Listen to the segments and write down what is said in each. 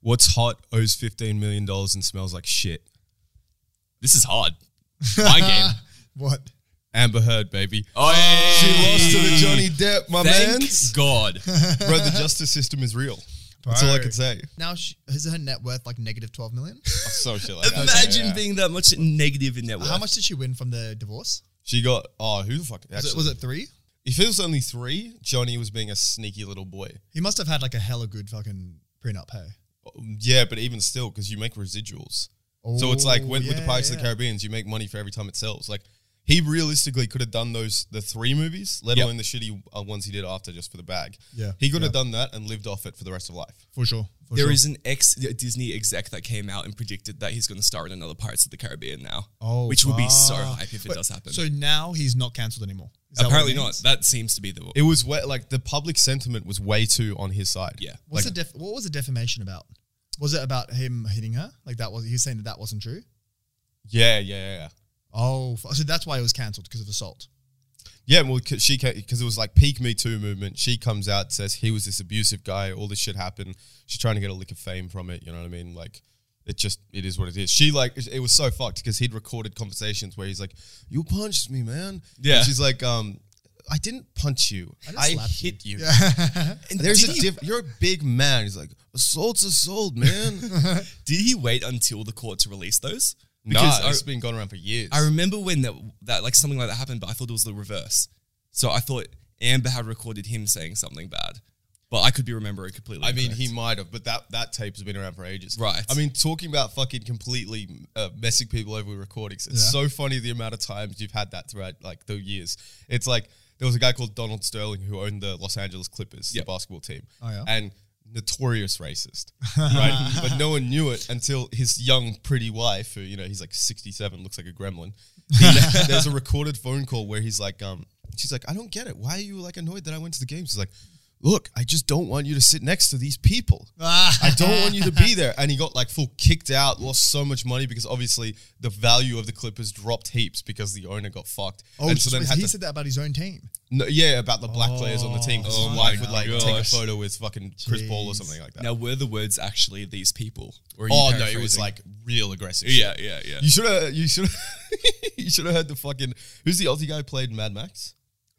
What's hot owes fifteen million dollars and smells like shit. This is hard. My game. What? Amber Heard, baby. Oh, She lost to the Johnny Depp, my man. Thank God. Bro, the justice system is real. That's all I can say. Now she, is her net worth like negative twelve million? So shit like that. Imagine Yeah. being that much negative in net worth. How much did she win from the divorce? She got oh who the fuck? Actually, Was it, was it three? if it was only three, Johnny was being a sneaky little boy. He must have had like a hella good fucking prenup, hey. Yeah, but even still, because you make residuals. so it's like when, with Oh, the Pirates of the Caribbean, you make money for every time it sells. Like he realistically could have done those the three movies, let Yep. alone the shitty uh, ones he did after just for the bag. Yeah, he could yeah. have done that and lived off it for the rest of life. for sure. For There sure. is an ex a Disney exec that came out and predicted that he's going to star in another Pirates of the Caribbean now. Oh, which will be so fuck. hype if it But- does happen. So now he's not cancelled anymore. Is that what it Apparently not. means? That seems to be the It was way, like the public sentiment was way too on his side. yeah. What's the def- what was the defamation about? Was it about him hitting her? Like that was he was saying that that wasn't true? yeah, yeah, yeah. Oh, fu- so that's why it was cancelled because of assault. Yeah, well, cause she because it was like peak Me Too movement. She comes out says he was this abusive guy. All this shit happened. She's trying to get a lick of fame from it. You know what I mean? Like, it just it is what it is. She like it it was so fucked because he'd recorded conversations where he's like, "You punched me, man." Yeah. And she's like, "Um, I didn't punch you. just I, slapped hit you." And There's did a he- diff- you're a big man. He's like, "Assault's assault, man." Did he wait until the court to release those? nah, Because I- it's been going around for years. I remember when that, that like something like that happened, but I thought it was the reverse. So I thought Amber had recorded him saying something bad, but I could be remembering completely. I mean, he incorrect. might have, but that that tape's been around for ages. Right. I mean, talking about fucking completely uh, messing people over with recordings. It's Yeah. so funny the amount of times you've had that throughout like the years. It's like there was a guy called Donald Sterling who owned the Los Angeles Clippers, Yep. the basketball team, Oh, yeah. and notorious racist, right? but no one knew it until his young, pretty wife, who you know he's like sixty-seven, looks like a gremlin. He- there's a recorded phone call where he's like, um, she's like, I don't get it. Why are you like annoyed that I went to the games? He's like. Look, I just don't want you to sit next to these people. Ah. I don't want you to be there. And he got like full kicked out, lost so much money because obviously the value of the Clippers dropped heaps because the owner got fucked. Oh, and so then wait, had he to, said that about his own team. no, yeah, about the black players on the team. 'cause Oh his my wife would like take a gosh. photo with fucking Chris Paul or Jeez. something like that. now were the words actually these people? Or are you oh no, it was paraphrasing? like real aggressive. shit. yeah, yeah, yeah. You should have. You should. you should have heard the fucking. Who's the Aussie guy who played Mad Max?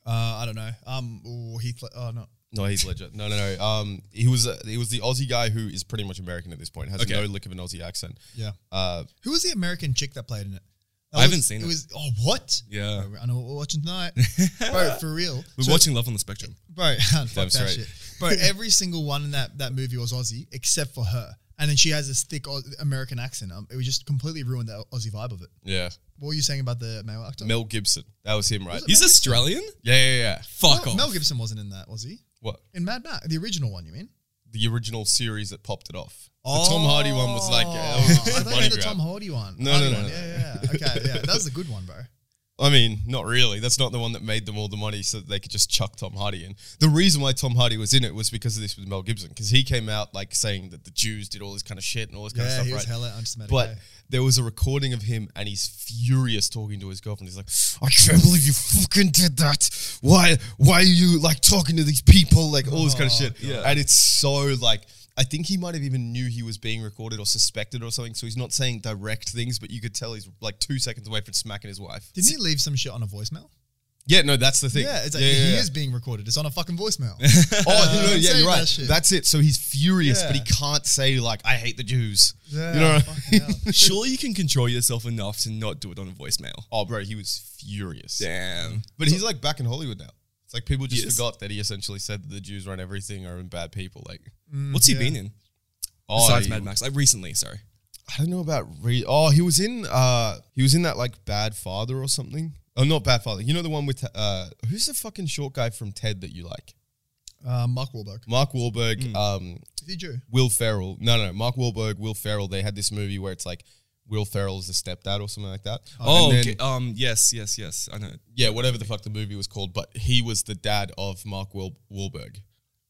Uh, I don't know. Um, ooh, Heath. Le- oh no. No, he's legit. No, no, no. Um, he was. Uh, he was the Aussie guy who is pretty much American at this point. Has Okay. no lick of an Aussie accent. Yeah. Uh, Who was the American chick that played in it? That I was- haven't seen it. was oh what? Yeah. I know what we're watching tonight, bro. For real, We're So- watching Love on the Spectrum. bro. fuck Damn that straight. shit, bro. Every single one in that that movie was Aussie except for her, and then she has this thick Au- American accent. Um, it was just completely ruined the Aussie vibe of it. yeah. What were you saying about the male actor? Mel Gibson. That was him, right? He's Australian? Yeah, yeah, yeah. Fuck Mel, off. Mel Gibson wasn't in that, was he? What? In Mad Max, the original one, you mean? The original series that popped it off. The Tom Hardy one was like, yeah, that Oh, I was just a thought you money had the grab. Tom Hardy one. No, Hardy no, no, one. no. Yeah, yeah, yeah. Okay, yeah. That was a good one, bro. I mean, not really. That's not the one that made them all the money so that they could just chuck Tom Hardy in. The reason why Tom Hardy was in it was because of this with Mel Gibson, because he came out like saying that the Jews did all this kind of shit and all this kind yeah, of he stuff, was right? hella anti-Semitic. But eh? there was a recording of him and he's furious talking to his girlfriend. He's like, I can't believe you fucking did that. Why why are you like talking to these people? Like all this Oh, kind of shit. God. And it's so like I think he might have even knew he was being recorded or suspected or something. So he's not saying direct things, but you could tell he's like two seconds away from smacking his wife. didn't he leave some shit on a voicemail? Yeah, no, that's the thing. Yeah, it's like he is being recorded. It's on a fucking voicemail. Oh, Uh, no, yeah, saying you're right. that shit. That's it. So he's furious, but Yeah. he can't say like, "I hate the Jews." yeah, you know. what I fucking hell. Surely you can control yourself enough to not do it on a voicemail. Oh, bro, he was furious. Damn. But he's like back in Hollywood now. It's like people just Yes. forgot that he essentially said that the Jews run everything are bad people. Like, What's he Mm, yeah. been in? Mm, oh, Besides he- Mad Max. Like recently, sorry. I don't know about. Re- oh, he was in. uh He was in that like Bad Father or something. Oh, not Bad Father. You know the one with uh who's the fucking short guy from Ted that you like? Uh, Mark Wahlberg. Mark Wahlberg. Hmm. Um, Is he Jew? Will Ferrell. No, no, no, Mark Wahlberg, Will Ferrell. They had this movie where it's like Will Ferrell's the stepdad or something like that. Oh, And then- okay. um, yes, yes, yes. I know. yeah, whatever the fuck the movie was called, but he was the dad of Mark Wahl- Wahlberg.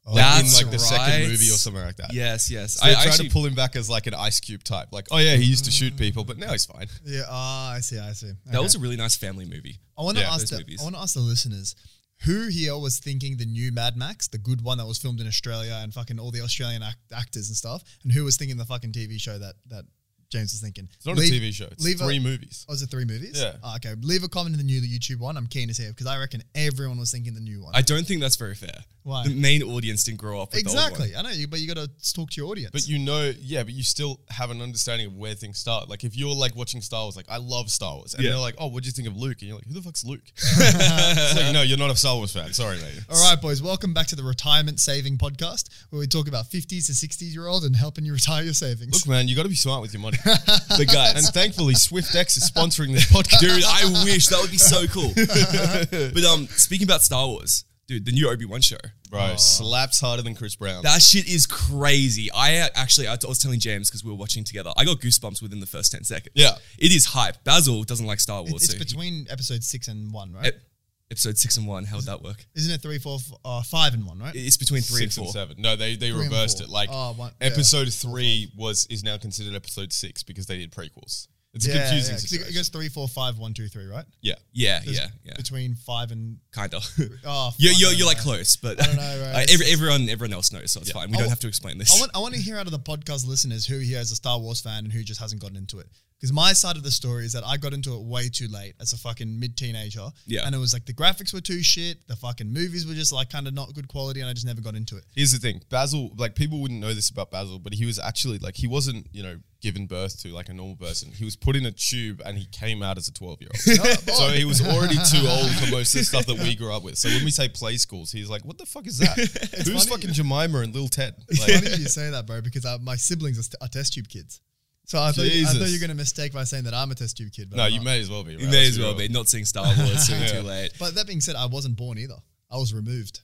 Oh, Like, in That's like the second right. movie or something like that. Yes, yes. So I they tried actually, to pull him back as like an Ice Cube type. Like, oh yeah, he used to Mm. shoot people, but now he's fine. yeah. Ah, I see. I see. that Okay. was a really nice family movie. I want to Yeah, ask those the, movies. I want to ask the listeners Who here was thinking the new Mad Max, the good one that was filmed in Australia and fucking all the Australian act- actors and stuff? And who was thinking the fucking TV show that that James was thinking? It's not a TV show. It's leave a- three movies. Oh, is it three movies? Yeah. Ah, okay. Leave a comment in the new YouTube one. I'm keen to see it because I reckon everyone was thinking the new one. I don't think that's very fair. Why? The main audience didn't grow up with the old one. exactly. I know you, but you got to talk to your audience. But you know, yeah, but you still have an understanding of where things start. Like if you're like watching Star Wars, like I love Star Wars, and Yeah. they're like, "Oh, what do you think of Luke?" and you're like, "Who the fuck's Luke?" it's like, no, you're not a Star Wars fan. Sorry, mate. All right, boys, welcome back to the Retirement Saving Podcast, where we talk about 50s to 60s year old and helping you retire your savings. Look, man, you got to be smart with your money. The guys. and thankfully, SwiftX is sponsoring this podcast. dude, I wish that would be so cool. but um, speaking about Star Wars, dude, the new Obi Wan show. Bro, slaps harder than Chris Brown. That shit is crazy. I uh, actually, I was telling James because we were watching together. I got goosebumps within the first ten seconds. Yeah. it is hype. Basil doesn't like Star Wars. it's so he- between episode six and one, right? ep- episode six and one. How would that work? Isn't it three, four, f- uh, five and one, right? It's between three six and and four. seven. No, they they Three and reversed four. it. Like Oh, one- yeah. episode three was is now considered episode six because they did prequels. It's a Yeah, confusing yeah, 'cause situation. It goes three, four, five, one, two, three, right? yeah. Yeah, There's yeah, yeah. Between five and Kind of. oh, You're, fuck, you're, I you're like don't know. close, but I don't know, right? uh, every, everyone everyone else knows, so it's fine. We I don't wa- have to explain this. I want, I want to hear out of the podcast listeners who here is a Star Wars fan and who just hasn't gotten into it. Because my side of the story is that I got into it way too late as a fucking mid teenager. Yeah. And it was like the graphics were too shit. The fucking movies were just like kind of not good quality. And I just never got into it. Here's the thing, Basil. Like people wouldn't know this about Basil, but he was actually like he wasn't you know given birth to like a normal person. He was put in a tube and he came out as a twelve year old. Oh, So he was already too old for most of the stuff that we grew up with. So when we say play schools, he's like, "What the fuck is that? Who's funny- fucking Jemima and Lil Ted?" Like, It's funny you say that, bro, because I, my siblings are, st- are test tube kids. So I thought, I thought Jesus. you were going to mistake by saying that I'm a test tube kid. But no, I'm you not. may as well be. Right? you may Let's as well real. be not seeing Star Wars soon too late. But that being said, I wasn't born either. I was removed.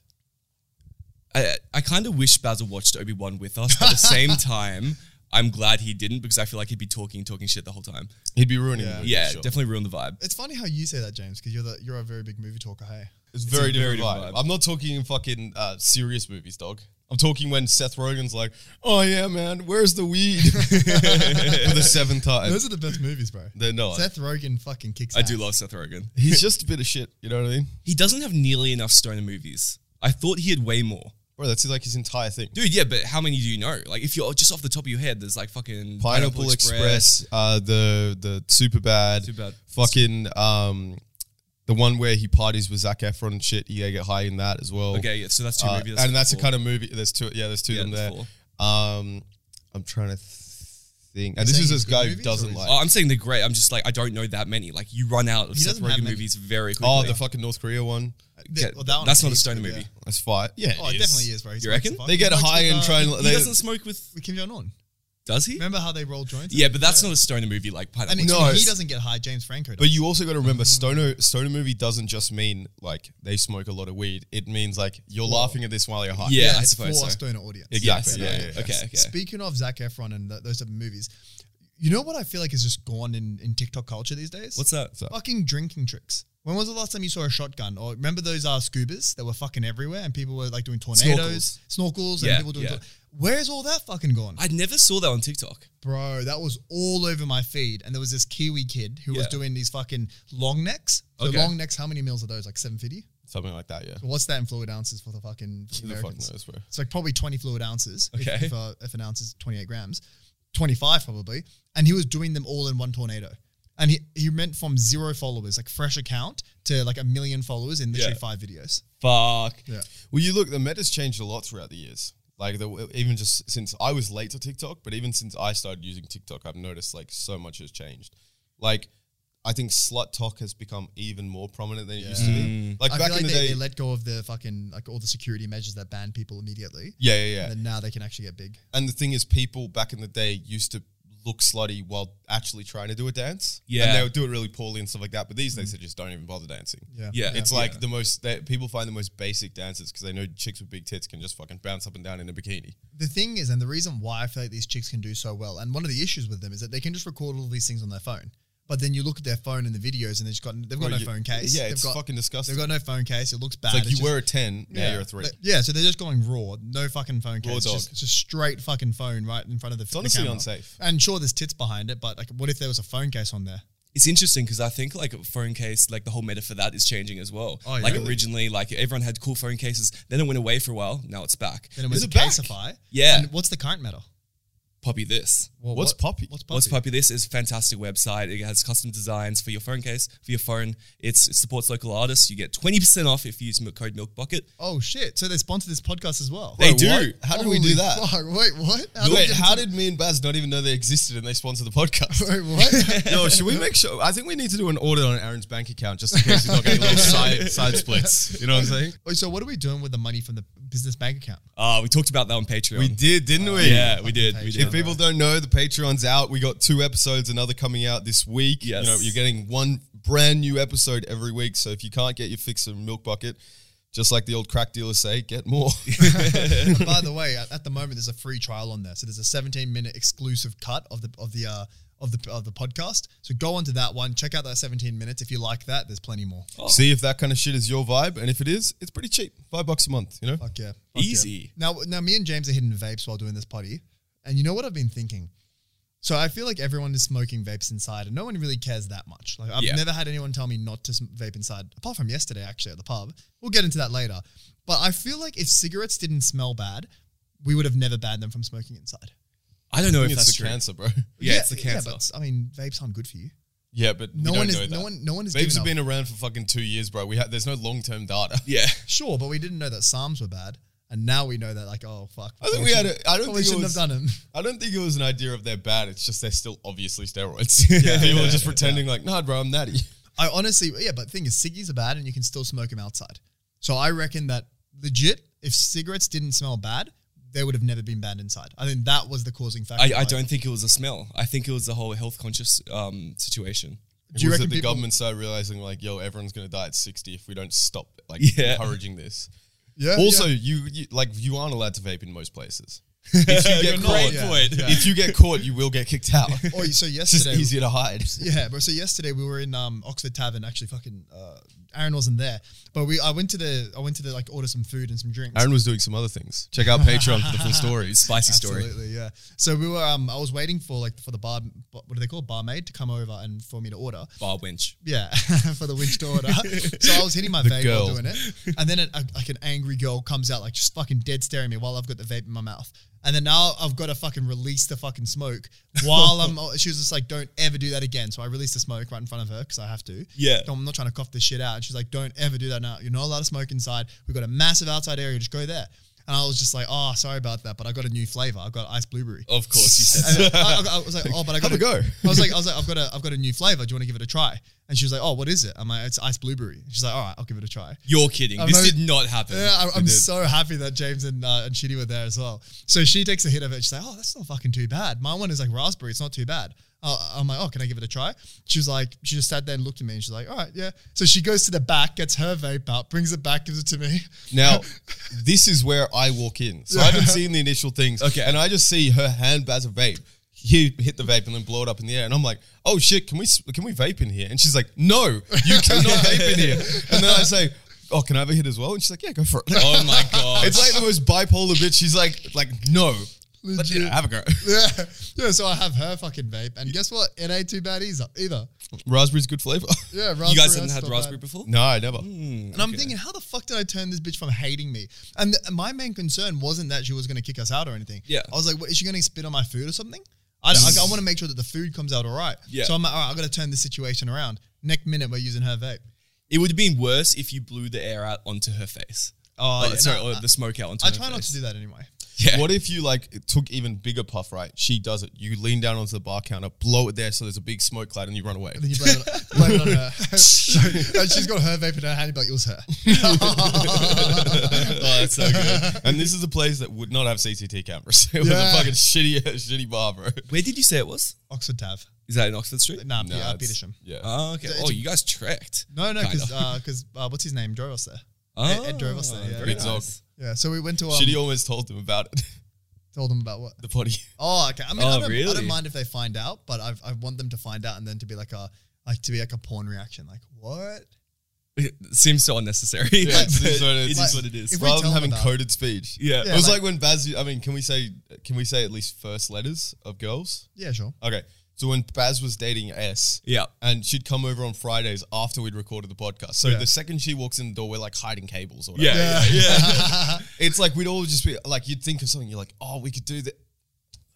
I, I kind of wish Basil watched Obi Wan with us, but at the same time, I'm glad he didn't because I feel like he'd be talking, talking shit the whole time. He'd be ruining. Yeah. the movie, Yeah, for Oh, sure. definitely ruined the vibe. It's funny how you say that, James, because you're the you're a very big movie talker. Hey, It's very a very different, different vibe. vibe. I'm not talking in fucking uh, serious movies, dog. I'm talking when Seth Rogen's like, "Oh yeah, man, where's the weed?" For the seventh time. those are the best movies, bro. They're not. Seth Rogen fucking kicks. I do ass. love Seth Rogen. He's just a bit of shit. You know what I mean, He doesn't have nearly enough stoner movies. I thought he had way more. bro? That's like his entire thing. Dude, yeah, but how many do you know? Like, if you're just off the top of your head, there's like fucking Pineapple, Express, uh, the the super bad, Superbad. fucking um, the one where he parties with Zac Efron and shit. He get high in that as well. Okay, yeah, so that's two Uh, movies. and that's the four. kind of movie. There's two. Yeah, there's two Yeah, of them there. that's Um, I'm trying to think. And You're this is saying this good guy who movies or doesn't is- like. Oh, I'm saying they're great. I'm just like, I don't know that many. Like, you run out of He Seth doesn't have Rogen many. movies very quickly. Oh, the fucking North Korea one. Th- well, that one that's is not a heaps stoner good, movie. yeah. That's fire. Yeah, Oh, it is. definitely is, bro. He's You smokes reckon? the fuck. They get He smokes high with, and uh, try and. He they- doesn't smoke with. with Kim Jong Un. Does he? Remember how they roll joints? Yeah, but that's not a stoner movie like And Pineapple it- No, he it's- doesn't get high. James Franco. Does. But you also got to remember, stoner stoner movie doesn't just mean like they smoke a lot of weed. It means like you're laughing at this while you're high. Yeah, I it's suppose for so. a stoner audience. Exactly, Yes, yeah, yeah, yeah. Okay, okay. Speaking of Zac Efron and th- those type of movies, you know what I feel like is just gone in, in TikTok culture these days? What's that? So- Fucking drinking tricks. When was the last time you saw a shotgun? Or remember those uh, scubas that were fucking everywhere and people were like doing tornadoes, snorkels, and Yeah, people doing. yeah. tor- Where's all that fucking gone? I never saw that on TikTok. Bro, that was all over my feed. And there was this Kiwi kid who was Yeah. doing these fucking long necks. So Okay. long necks, how many meals are those? Like 750? Something like that. Yeah. What's that in fluid ounces for the fucking Who the fuck Americans? knows, bro? It's like probably 20 fluid ounces. if- Okay. If, uh, if an ounce is 28 grams, 25 probably. And he was doing them all in one tornado. And he, he went from zero followers, like fresh account, to like a million followers in literally Yeah. five videos. Fuck. Yeah. Well, you look. The meta's changed a lot throughout the years. Like the, even just since I was late to TikTok, but even since I started using TikTok, I've noticed like so much has changed. Like I think slut talk has become even more prominent than it used to be. Like Mm. I back feel like in the they, day. they let go of the fucking, like all the security measures that ban people immediately. yeah, yeah, yeah. And then now they can actually get big. And the thing is, people back in the day used to look slutty while actually trying to do a dance. Yeah. And they would do it really poorly and stuff like that. But these days, they just don't even bother dancing. Yeah. Yeah. It's like Yeah. the most, they, people find the most basic dances because they know chicks with big tits can just fucking bounce up and down in a bikini. The thing is, and the reason why I feel like these chicks can do so well, and one of the issues with them is that they can just record all these things on their phone. But then you look at their phone and the videos, and they've just got they've got Bro, no you- phone case. Yeah, they've it's got, fucking disgusting. They've got no phone case. It looks bad. it's like you just- were a 10, now you're a 3. Th- Yeah, so they're just going raw, no fucking phone case, dog. Just, just straight fucking phone right in front of the. It's honestly unsafe. And sure, there's tits behind it, but like, what if there was a phone case on there? it's interesting because I think like a phone case, like the whole meta for that is changing as well. Oh, like really? originally, like everyone had cool phone cases. Then it went away for a while. Now it's back. Then it Is was it back? Caseify. Yeah. And what's the current meta? Poppy this. Well, What's what- Poppy? What's Poppy? What's Puppy? This is a fantastic website. It has custom designs for your phone case, for your phone. It's, it supports local artists. You get 20% off if you use m- code MILKBUCKET. Oh shit! So they sponsored this podcast as well. They Wait, do. what? How do we do Holy that? fuck, Wait, what? How Wait, did- how did me and Baz not even know they existed and they sponsor the podcast? Wait, what? Yo, should we make sure? I think we need to do an audit on Aaron's bank account just in case he's not getting little side, side splits. You know what I'm saying? Wait, so what are we doing with the money from the business bank account? Uh, we talked about that on Patreon. We did, didn't we? Um, Yeah, we did. We If did. people don't know, the Patreon's out. We got two episodes, another coming out this week. Yes. You know, you're getting one brand new episode every week. So if you can't get your fix of Milk Bucket, just like the old crack dealers say, get more. By the way, at, at the moment there's a free trial on there, so there's a 17 minute exclusive cut of the of the uh, of the of the podcast. So go onto that one, check out that 17 minutes. If you like that, there's plenty more. See if that kind of shit is your vibe. And if it is, it's pretty cheap. Five bucks a month, you know? Fuck yeah, Fuck Easy. Yeah. Now, now me and James are hitting vapes while doing this potty, and you know what I've been thinking. So I feel like everyone is smoking vapes inside, and no one really cares that much. Like I've Yeah. never had anyone tell me not to sm- vape inside, apart from yesterday actually at the pub. We'll get into that later. But I feel like if cigarettes didn't smell bad, we would have never banned them from smoking inside. I don't know I if think that's it's the true. cancer, bro. Yeah, it's the cancer. but I mean, vapes aren't good for you. Yeah, but No we one don't is. know that. No one. No one is. Vapes Vapes have been around for fucking two years, bro. We ha- there's no long term data. yeah. sure, but we didn't know that psalms were bad, and now we know that. Like, oh fuck. I think we had. A, I don't Probably think it shouldn't was, have done them. I don't think it was an idea of they're bad. It's just they're still obviously steroids. People are just pretending like, nah, bro, I'm natty. I honestly, yeah, but the thing is, ciggies are bad and you can still smoke them outside. So I reckon that legit, if cigarettes didn't smell bad, they would have never been banned inside. I think that was the causing factor. I, I why- don't think it was a smell. I think it was the whole health conscious um, situation. Do you was reckon it the people- government started realizing like, yo, everyone's gonna die at 60 if we don't stop like Yeah. encouraging this? Yeah. Also, yeah. you, you like you aren't allowed to vape in most places. If you You're get not. caught, Yeah. point. Yeah. if you get caught, you will get kicked out. Oh, so it's just yesterday, easier to hide. Yeah, bro. So yesterday we were in um, Oxford Tavern. Actually, fucking uh, Aaron wasn't there, but we I went to the I went to the like order some food and some drinks. Aaron was doing some other things. Check out Patreon for the full stories. Spicy story. Absolutely, yeah. So we were um, I was waiting for like for the bar what do they call it? barmaid to come over and for me to order. Bar winch. Yeah, for the witch daughter. so I was hitting my vape girl. while doing it, and then an, a, like an angry girl comes out, like just fucking dead staring me while I've got the vape in my mouth. And then now I've got to fucking release the fucking smoke while I'm. She was just like, "Don't ever do that again." So I released the smoke right in front of her because I have to. Yeah. I'm not trying to cough this shit out. And she's like, "Don't ever do that now. You're not allowed to smoke inside. We've got a massive outside area. Just go there." And I was just like, "Oh, sorry about that, but I got a new flavor. I got ice blueberry." Of course, you said And I, I- I was like, oh, but I got Have a go. I was like, I was like, I've got a, I've got a new flavor. Do you want to give it a try? And she was like, oh, what is it? I'm like, it's ice blueberry. She's like, all right, I'll give it a try. You're kidding. I'm not- this did not happen. Yeah, I, I'm It did. so happy that James and uh, and Shitty were there as well. So she takes a hit of it. She's like, oh, that's not fucking too bad. My one is like raspberry. It's not too bad. Uh, I'm like, oh, can I give it a try? She was like, she just sat there and looked at me, and she's like, all right, yeah. So she goes to the back, gets her vape out, brings it back, gives it to me. Now, this is where I walk in. So I haven't seen the initial things. Okay. And I just see her hand baz a vape. He hit the vape and then blow it up in the air. And I'm like, oh shit, can we s- can we vape in here? And she's like, no, you cannot vape in here. And then I say, oh, can I have a hit as well? And she's like, yeah, go for it. Oh my god. It's like the most bipolar bitch. She's like, like no, Let- Legit. have a go. Yeah, yeah. So I have her fucking vape, and guess what? It ain't too bad either. Either. Raspberry's good flavor. Yeah, raspberry. you guys that's haven't had not raspberry bad. Mm. before? No, I never. And I'm thinking, how the fuck did I turn this bitch from hating me? And th- my main concern wasn't that she was going to kick us out or anything. Yeah. I was like, what, is she going to spit on my food or something? I, I, want to make sure that the food comes out all right. Yeah. So I'm like, all right, I've got to turn this situation around. Next minute, we're using her vape. It would have been worse if you blew the air out onto her face. Oh, Oh, yeah, sorry, no, or the smoke out onto I her try not to face. do that anyway. Yeah. What if you like took even bigger puff, right? She does it. You lean down onto the bar counter, blow it there so there's a big smoke cloud and you run away. And then you blame it, blame it on her. and she's got her vape in her hand. You're like, it was her. oh, that's so good. And this is a place that would not have CCT cameras. It was Yeah. a fucking shitty, shitty bar, bro. Where did you say it was? Oxford Tav. Is that in Oxford Street? Nah, No, Pe- uh, it's- Petersham. Yeah. Oh, okay. It's- Oh, you guys trekked. No, no, Kinda. because uh, what's his name drove us there. Ed, Ed drove us there. Oh, Yeah, very Big dog. nice. yeah. So we went to um, shitty always told them about it. told him about what The potty. Oh, okay. I mean, Oh, I, don't, I really? don't mind if they find out, but I've, I want them to find out and then to be like a like to be like a porn reaction, like what? It seems so unnecessary. Yeah, but it's- it's what it it is is. what it is. If we Rather tell than them having about coded speech. Yeah. it Yeah. was like, like- when Baz. I mean, can we say? Can we say at least first letters of girls? Yeah, sure. Okay. So when Baz was dating S, Yeah. and she'd come over on Fridays after we'd recorded the podcast. So Yeah. the second she walks in the door, we're like hiding cables or whatever. Yeah. Yeah. yeah. It's like we'd all just be like, you'd think of something, you're like, oh, we could do that.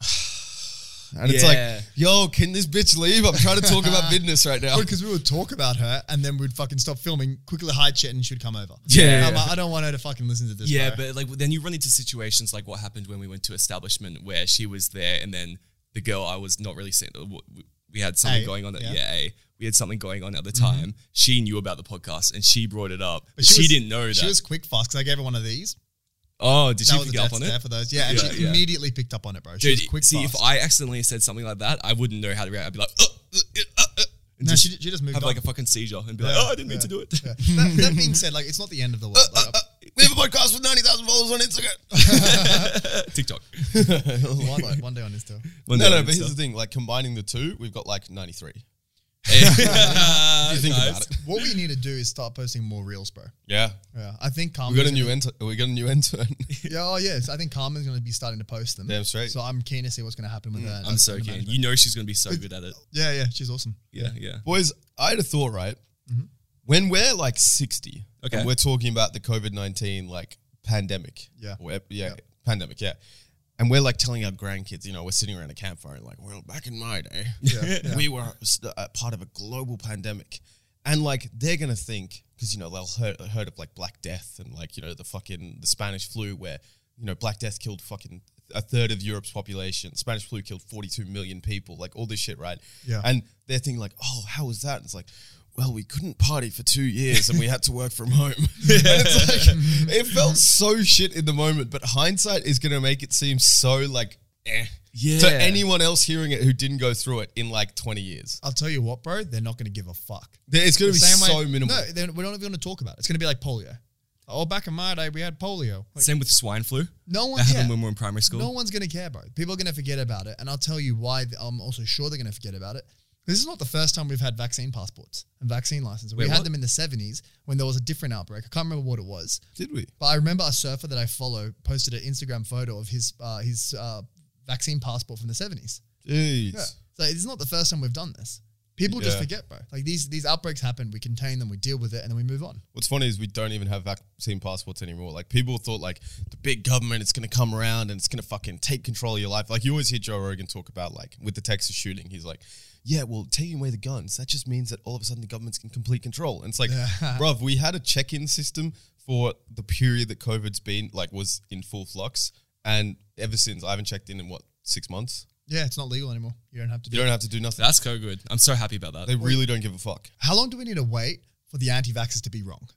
And it's Yeah. like, yo, can this bitch leave? I'm trying to talk about business right now. Because we would talk about her and then we'd fucking stop filming, quickly hide shit, and she'd come over. Yeah. I'm like, I don't want her to fucking listen to this. Yeah, bro. but like then you run into situations like what happened when we went to establishment where she was there and then the girl I was not really seeing. w- w- We had something A, going on. At, yeah. Mm-hmm. yeah, A. we had something going on at the time. She knew about the podcast and she brought it up. But she was- didn't know that. She was quick fast because I gave her one of these. oh, did she That was a pick up death on stare it? for those. Yeah, and Yeah, she yeah. immediately picked up on it, bro. She Dude, was quick see, fast. if I accidentally said something like that, I wouldn't know how to react. I'd be like, uh, uh, uh, uh, and no, just she, she just moved have on. like a fucking seizure and be like, Yeah, oh, I didn't mean yeah, to do it. that, that being said, like it's not the end of the world. Like, we have a podcast with 90,000 followers on Instagram. TikTok. one, like, one day on Insta. One no, day no, on but here's Insta. the thing like combining the two, we've got like 93. Yeah. think about Nice. it. What we need to do is start posting more reels, bro. Yeah. Yeah, I think We Carmen's got a new intern. We got a new intern. gonna- Yeah, oh yes, I think Carmen's going to be starting to post them. Damn straight. So I'm keen to see what's going to happen with her. I'm so keen. You know she's going to be so good at oh, it. Yeah, yeah, she's awesome. Yeah, yeah. Boys, I had a thought, right? Mm-hmm. When we're like 60, Okay. and we're talking about the COVID 19 like pandemic. Yeah. Or ep- yeah, Yeah. pandemic, yeah. And we're like telling our grandkids, you know, we're sitting around a campfire and like, well, back in my day, Yeah, yeah. we were s- uh, part of a global pandemic. And like, they're going to think, because, you know, they'll heard, heard of like Black Death and like, you know, the fucking the Spanish flu where, you know, Black Death killed fucking a third of Europe's population. Spanish flu killed 42 million people, like all this shit, right? Yeah. And they're thinking like, oh, how was that? And it's like, well, we couldn't party for two years and we had to work from home. And it's like, it felt so shit in the moment, but hindsight is going to make it seem so like, eh. Yeah. To anyone else hearing it who didn't go through it in like 20 years, I'll tell you what, bro. They're not going to give a fuck. There- it's going to be so minimal. No, they're- we're not even going to talk about it. It's going to be like polio. Oh, back in my day, we had polio. Like, Same with swine flu. no Oh, one. That happened yeah. when we were in primary school. No one's going to care, bro. People are going to forget about it. And I'll tell you why th- I'm also sure they're going to forget about it. This is not the first time we've had vaccine passports and vaccine licenses. We Wait, had what? them in the 70s when there was a different outbreak. I can't remember what it was. Did we? But I remember a surfer that I follow posted an Instagram photo of his, uh, his uh, vaccine passport from the 70s. Jeez. Yeah. So it's not the first time we've done this. People just Yeah. forget, bro. Like these these outbreaks happen, we contain them, we deal with it, and then we move on. What's funny is we don't even have vaccine passports anymore. Like people thought like the big government is going to come around and it's going to fucking take control of your life. Like you always hear Joe Rogan talk about like with the Texas shooting, he's like, yeah, well, taking away the guns, that just means that all of a sudden the government's in complete control. And it's like, bruv, we had a check-in system for the period that COVID's been like was in full flux. And ever since I haven't checked in in what, six months? Yeah, it's not legal anymore. You don't have to do. You don't have to do nothing. That's so good. I'm so happy about They that. really don't give a fuck. it. How long do we need to wait for the anti-vaxxers to be wrong?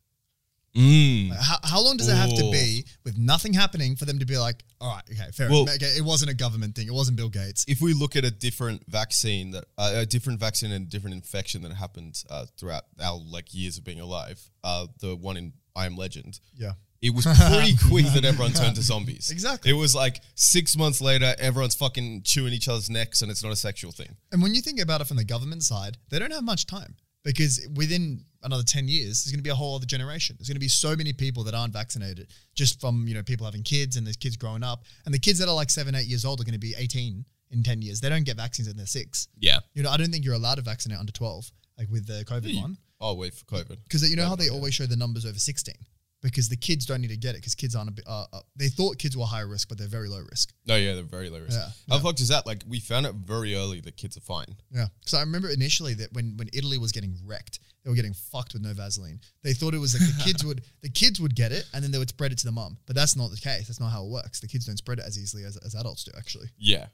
Mm. Like, how, how long does it have to Ooh. be with nothing happening for them to be like, all right, okay, fair. Well- okay, it wasn't a government thing. It wasn't Bill Gates. if we look at a different vaccine that uh, a different vaccine and different infection that happened uh, throughout our like years of being alive, uh, the one in I Am Legend, Yeah. it was pretty quick that everyone turned to zombies. Exactly. it was like six months later, everyone's fucking chewing each other's necks, and it's not a sexual thing. And when you think about it from the government side, they don't have much time because within another 10 years, there's going to be a whole other generation. There's going to be so many people that aren't vaccinated just from, you know, people having kids and there's kids growing up. And the kids that are like seven, eight years old are going to be 18 in 10 years. They don't get vaccines when they're six. Yeah. You know, I don't think you're allowed to vaccinate under 12, like with the COVID one. Oh wait for COVID. Because you know how they always show the numbers over 16? Because the kids don't need to get it because kids aren't, a bi- uh, uh, they thought kids were high risk, but they're very low risk. No, yeah, they're very low risk. Yeah, How fucked is that? Like we found out very early that kids are fine. Yeah. So I remember initially that when when Italy was getting wrecked, they were getting fucked with no Vaseline. They thought it was like the kids would the kids would get it and then they would spread it to the mum. But that's not the case. That's not how it works. The kids don't spread it as easily as, as adults do actually. Yeah,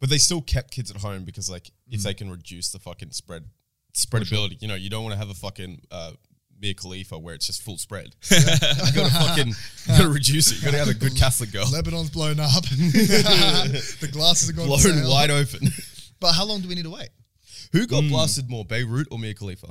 but they still kept kids at home because like if Mm. they can reduce the fucking spread spreadability, you know, you don't want to have a fucking uh, Mia Khalifa where it's just full spread. you gotta fucking you gotta reduce it. You gotta have a good Catholic girl Lebanon's blown up. the glasses are gone blown wide open. But how long do we need to wait? Who got Mm. blasted more, Beirut or Mia Khalifa?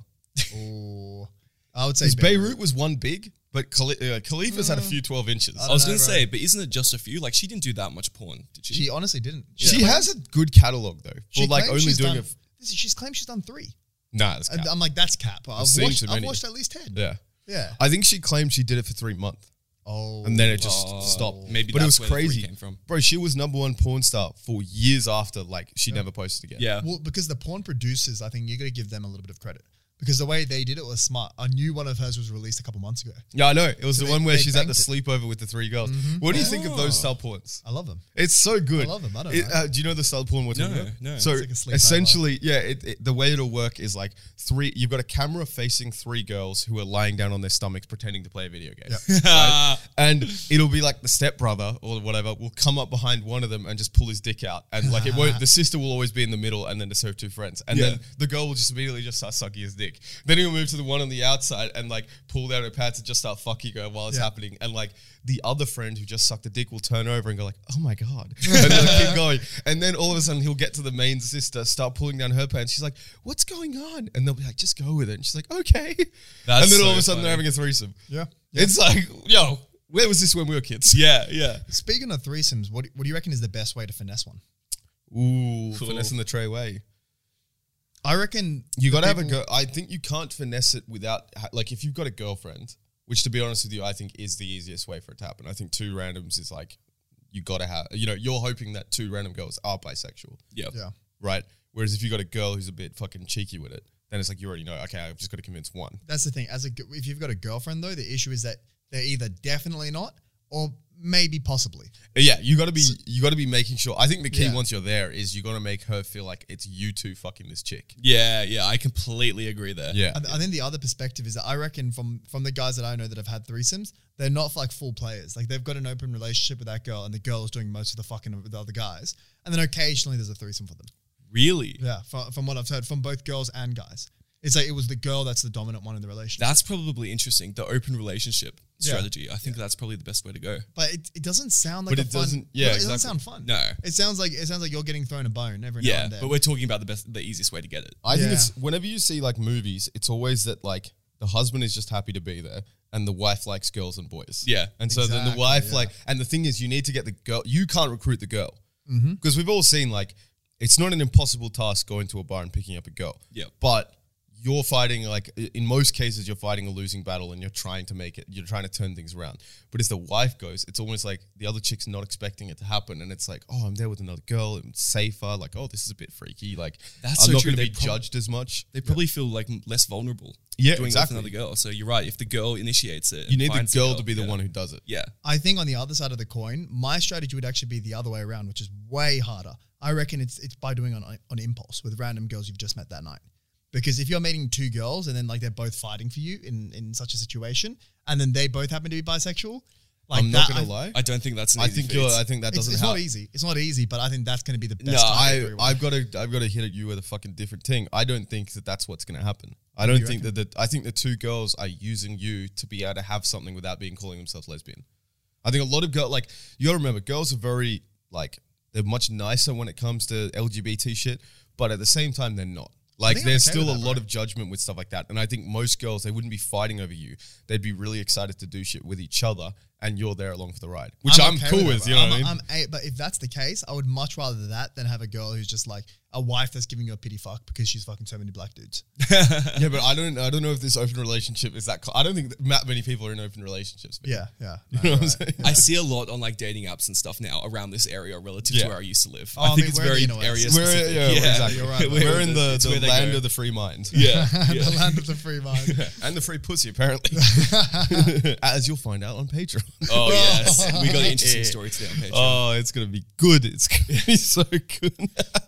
Oh, I would say Because Beirut. Mm. Beirut was one big, but Khali- uh, Khalifa's had a few twelve inches. I was know, going to bro. say, but isn't it just a few? Like, she didn't do that much porn, did she? She honestly didn't. She has a good catalog though. She for like claims only she's doing done, it. F- this is- she's claimed she's done three. nah, that's And cap. I'm like, that's cap. I've seen watched, too I've many. watched at least ten. yeah. Yeah. I think she claimed she did it for three months. Oh, and then it just Oh. stopped. Maybe but it was that's where the three crazy, came from. bro. She was number one porn star for years after. Like she never posted again. Yeah. Well, because the porn producers, I think you got to give them a little bit of credit because the way they did it was smart. I knew one of hers was released a couple months ago. yeah, I know. It was So the they- one where they she's at the banked it. sleepover with the three girls. What do you think of those sub porns? I love them. It's so good. I love 'em, I don't It- know. uh, do you know the sub porn we're talking No, about? no. So It's like a sleep essentially, yeah, it, it, the way it'll work is like three. You've got a camera facing three girls who are lying down on their stomachs pretending to play a video game. and it'll be like the stepbrother or whatever will come up behind one of them and just pull his dick out and like it won't the sister will always be in the middle and then the so two friends and Yeah. then the girl will just immediately just start sucking his dick then he'll move to the one on the outside and like pull down her pants and just start fucking her while it's Yeah. happening and like the other friend who just sucked the dick will turn over and go like oh my god and then keep going and then all of a sudden he'll get to the main sister start pulling down her pants she's like what's going on and they'll be like just go with it and she's like okay That's and then all so of a sudden they're funny. having a threesome Yeah. it's like, yo, where was this when we were kids? Yeah, yeah. Speaking of threesomes, what, what do you reckon is the best way to finesse one? Ooh, Cool. finessing the tray way. I reckon You the gotta have a people- go. I think you can't finesse it without ha- like if you've got a girlfriend, which to be honest with you, I think is the easiest way for it to happen. I think two randoms is like you gotta have. You know, you're hoping that two random girls are bisexual, Yeah. Yeah. right? Whereas if you got a girl who's a bit fucking cheeky with it, then it's like you already know. Okay, I've just got to convince one. That's the thing. As a, g- if you've got a girlfriend though, the issue is that they're either definitely not or maybe possibly. Yeah, you gotta be you gotta be making sure. I think the key Yeah. once you're there is you gotta make her feel like it's you two fucking this chick. Yeah, yeah. I completely agree there. Yeah, I, th- I think the other perspective is that I reckon from from the guys that I know that have had threesomes, they're not like full players. Like they've got an open relationship with that girl, and the girl is doing most of the fucking with the other guys. And then occasionally there's a threesome for them. Really? Yeah, from, from what I've heard from both girls and guys, it's like it was the girl that's the dominant one in the relationship. That's probably interesting. The open relationship Yeah. strategy. I think that's probably the best way to go. but it, it doesn't sound like But a it fun- doesn't- yeah, it doesn't exactly. sound fun. No. it sounds like it sounds like you're getting thrown a bone every now Yeah, and then. but we're talking about the best, the easiest way to get it. I Yeah. think it's whenever you see like movies, it's always that like the husband is just happy to be there and the wife likes girls and boys. Yeah. And so then the Exactly, wife yeah. like and the thing is you need to get the girl you can't recruit the girl. Mm-hmm. Because we've all seen like it's not an impossible task going to a bar and picking up a girl. Yeah. But you're fighting like i- in most cases you're fighting a losing battle and you're trying to make it you're trying to turn things around. But as the wife goes, it's almost like the other chick's not expecting it to happen and it's like, oh I'm there with another girl, it's safer, like, oh this is a bit freaky. Like That's I'm so not true. gonna They be prob- judged as much. They probably feel like m- less vulnerable. Yeah, doing exactly. it with another girl. So you're right. If the girl initiates it, and You need the finds girl to be the yeah. one who does it. Yeah, I think on the other side of the coin, my strategy would actually be the other way around, which is way harder. I reckon it's it's by doing on on impulse with random girls you've just met that night. Because if you're meeting two girls and then like they're both fighting for you in in such a situation, and then they both happen to be bisexual, like I'm not that- gonna I- lie. I don't think that's. An I, easy think feat. you're, I think that It's, doesn't it's not happen. easy. It's not easy, but I think that's going to be the best. No, time for I everyone. I've got to I've got to hit at you with a fucking different thing. I don't think that that's what's going to happen. I don't think that the, I think the two girls are using you to be able to have something without being calling themselves lesbian. I think a lot of girls like you got to remember girls are very like they're much nicer when it comes to LGBT shit, but at the same time they're not. Like think I'm there's okay still with a that, lot of judgment with stuff like that, and I think most girls they wouldn't be fighting over you. They'd be really excited to do shit with each other, and you're there along for the ride, which I'm, okay cool that, with. bro. you know I'm, what I mean? I'm a- but if that's the case, I would much rather that than have a girl who's just like a wife that's giving you a pity fuck because she's fucking so many black dudes. Yeah, but I don't. I don't know if this open relationship is that. Co- I don't think that that many people are in open relationships. Yeah, yeah. you know what I'm saying. I see a lot on like dating apps and stuff now around this area relative Yeah. to where I used to live. Oh, I I think mean, it's we're in very the NOS. area We're, specific. yeah, yeah, exactly. you're right. We're, in the, it's the where they land go. of the free mind Yeah, yeah. the land of the free mind. and the free pussy, apparently, as you'll find out on Patreon. Oh yes, we got an interesting story today on Patreon. Oh, it's gonna be good. It's gonna be so good.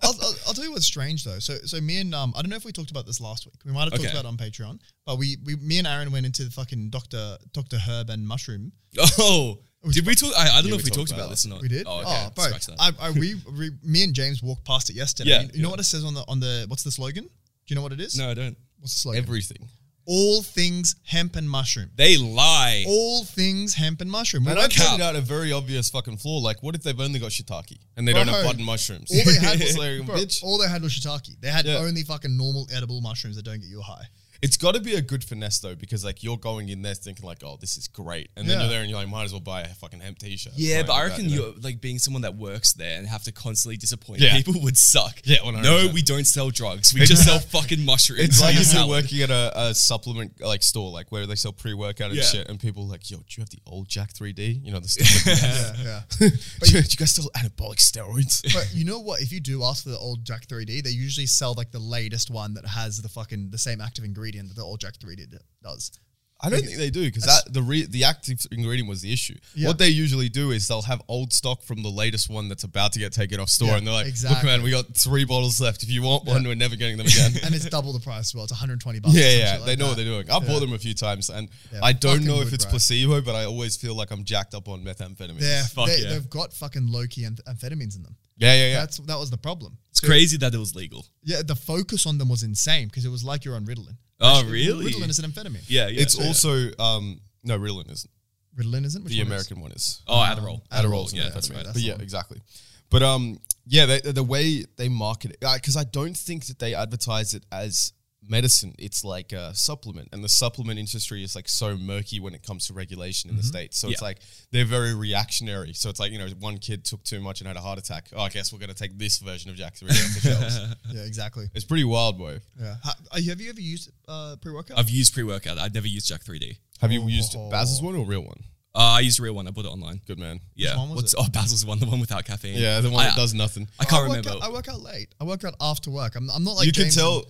I'll, I'll, I'll tell you what's strange though. So, so me and um, I don't know if we talked about this last week. We might have talked Okay. about it on Patreon, but we, we, me and Aaron went into the fucking Doctor Doctor Herb and Mushroom. Oh, did we talk? I, I don't know we if we talked talked about, about this or not. We did. Oh, okay. bro, Scratch that. I, I, we, we, me and James walked past it yesterday. Yeah, you, you know yeah. what it says on the on the what's the slogan? Do you know what it is? no, I don't. What's the slogan? Everything. All things hemp and mushroom. They lie. Oh. All things hemp and mushroom. We And I went- pointed out a very obvious fucking flaw. Like, what if they've only got shiitake and they don't have Bro. button mushrooms? all they had was Like, bro, bitch. all they had was shiitake. They had Yeah. only fucking normal edible mushrooms that don't get you high. It's got to be a good finesse though, because like you're going in there thinking like, oh, this is great, and then Yeah. you're there and you're like, might as well buy a fucking hemp t-shirt. or Yeah, something but I like that, reckon you know? you're like being someone that works there and have to constantly disappoint Yeah. people would suck. Yeah, No, 100%. we don't sell drugs. We just sell fucking mushrooms. It's like and if you're salad. working at a, a supplement like store, like where they sell pre-workout and Yeah. shit, and people are like, "Yo, do you have the old Jack 3D? You know the stuff." Like that. Yeah, yeah. do, you, do you guys sell anabolic steroids? But you know what? If you do ask for the old Jack 3D, they usually sell like the latest one that has the fucking the same active ingredient that the old Jack 3D d- does. I don't think they do because that the re, the active ingredient was the issue. Yeah. What they usually do is they'll have old stock from the latest one that's about to get taken off store, Yeah, and they're like, "Look, exactly. man, we got three bottles left. If you want one, we're never getting them again." And it's double the price as well. It's 120 bucks. or Yeah, some yeah, shit like they know what that. they're doing. I've Yeah. bought them a few times, and Yeah, I don't fucking know if wood, it's bro. placebo, but I always feel like I'm jacked up on methamphetamine. They're, Fuck they, yeah. They've got fucking low key amph- amphetamines in them. yeah, yeah, yeah. That's that was the problem. It's crazy that it was legal. Yeah, the focus on them was insane because it was like you're on Ritalin. Oh, Actually, really? Ritalin is an amphetamine. Yeah, yeah. it's so, yeah. also um, no, Ritalin isn't. Ritalin isn't which the one is? American one is. Oh, Adderall. Adderall's yeah, yeah, that's right. But That's the yeah, one. exactly. But um, yeah, they, the way they market it, because I don't think that they advertise it as medicine. It's like a supplement, and the supplement industry is like so murky when it comes to regulation in the states. So it's Mm-hmm. Yeah. like they're very reactionary. So it's like you know, one kid took too much and had a heart attack. Oh, I guess we're gonna take this version of Jack Three off the shelves. Yeah, exactly. It's pretty wild, boy. Yeah. Ha- are you- have you ever used uh, pre workout? I've used pre workout. I'd never used Jack 3D. Have you used Oh. Baz's one or real one? Uh, I used a real one. I bought it online. Good man. Yeah. one was What's it? oh Basil's one, the one without caffeine. Yeah, the one I- that does nothing. I can't work remember. Out, I work out late. I work out after work. I'm, I'm not like You can James tell- And,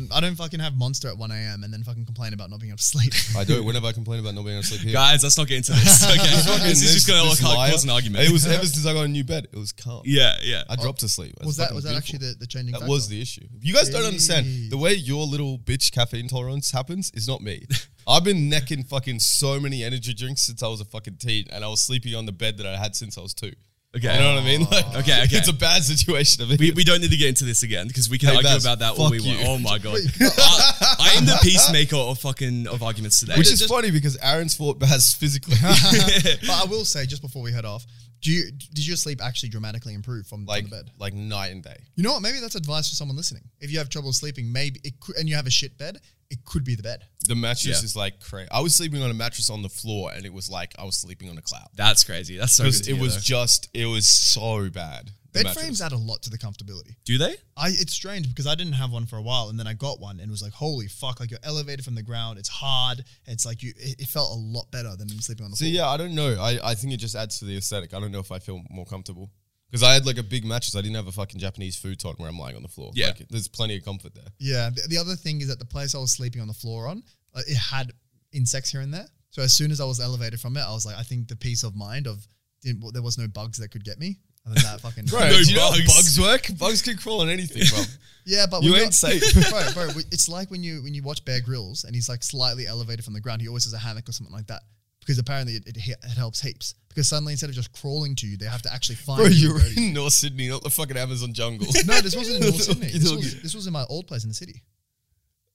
and I don't fucking have Monster at 1 a.m. and then fucking complain about not being able to sleep. I do. Whenever I complain about not being able to sleep here, Guys, let's not get into this. Okay, fucking this is this- just gonna this look like liar. cause an argument. It was ever since I got a new bed. It was calm. yeah, yeah. I dropped asleep. That's was that fucking was that beautiful. actually the, the changing That factor? was the issue. You guys don't Jeez. understand the way your little bitch caffeine tolerance happens is not me. I've been necking fucking so many energy drinks since I was a fucking teen, and I was sleeping on the bed that I had since I was two. Okay. you know what I mean? Like, Okay, okay. it's a bad situation. I mean, We, we don't need to get into this again because we can Hey, argue Baz, about that fuck all we want. you. Oh my god, I, I am the peacemaker of fucking of arguments today. which is funny because Aaron's fought Baz physically. but I will say just before we head off, do you did your sleep actually dramatically improve from, like, from the bed? like night and day. You know what? Maybe that's advice for someone listening. If you have trouble sleeping, maybe it could, and you have a shit bed, it could be the bed. The mattress Yeah. is like crazy. I was sleeping on a mattress on the floor, and it was like I was sleeping on a cloud. that's crazy. That's so good. because to it hear, was though. just it was so bad. the Bed mattress. frames add a lot to the comfortability. Do they? I it's strange because I didn't have one for a while, and then I got one and was like, "Holy fuck!" Like you're elevated from the ground. It's hard. It's like you. It, it felt a lot better than sleeping on the So floor. yeah, I don't know. I, I think it just adds to the aesthetic. I don't know if I feel more comfortable because I had like a big mattress. I didn't have a fucking Japanese futon where I'm lying on the floor. Yeah. like, there's plenty of comfort there. Yeah. The, the other thing is that the place I was sleeping on the floor on, uh, it had insects here and there. So as soon as I was elevated from it, I was like, I think the peace of mind of didn't, well, there was no bugs that could get me. And then that fucking Bro, No do you know how bugs bugs. work? Bugs can crawl on anything, bro. Yeah, but You when ain't you're- safe. bro, bro. we- It's like when you when you watch Bear Grylls and he's like slightly elevated from the ground. He always has a hammock or something like that because apparently it, it, he- it helps heaps. Because suddenly instead of just crawling to you, they have to actually find bro, you. you're in North Sydney, not the fucking Amazon jungle. no, this wasn't in North Sydney. This Look, was, this was in my old place in the city.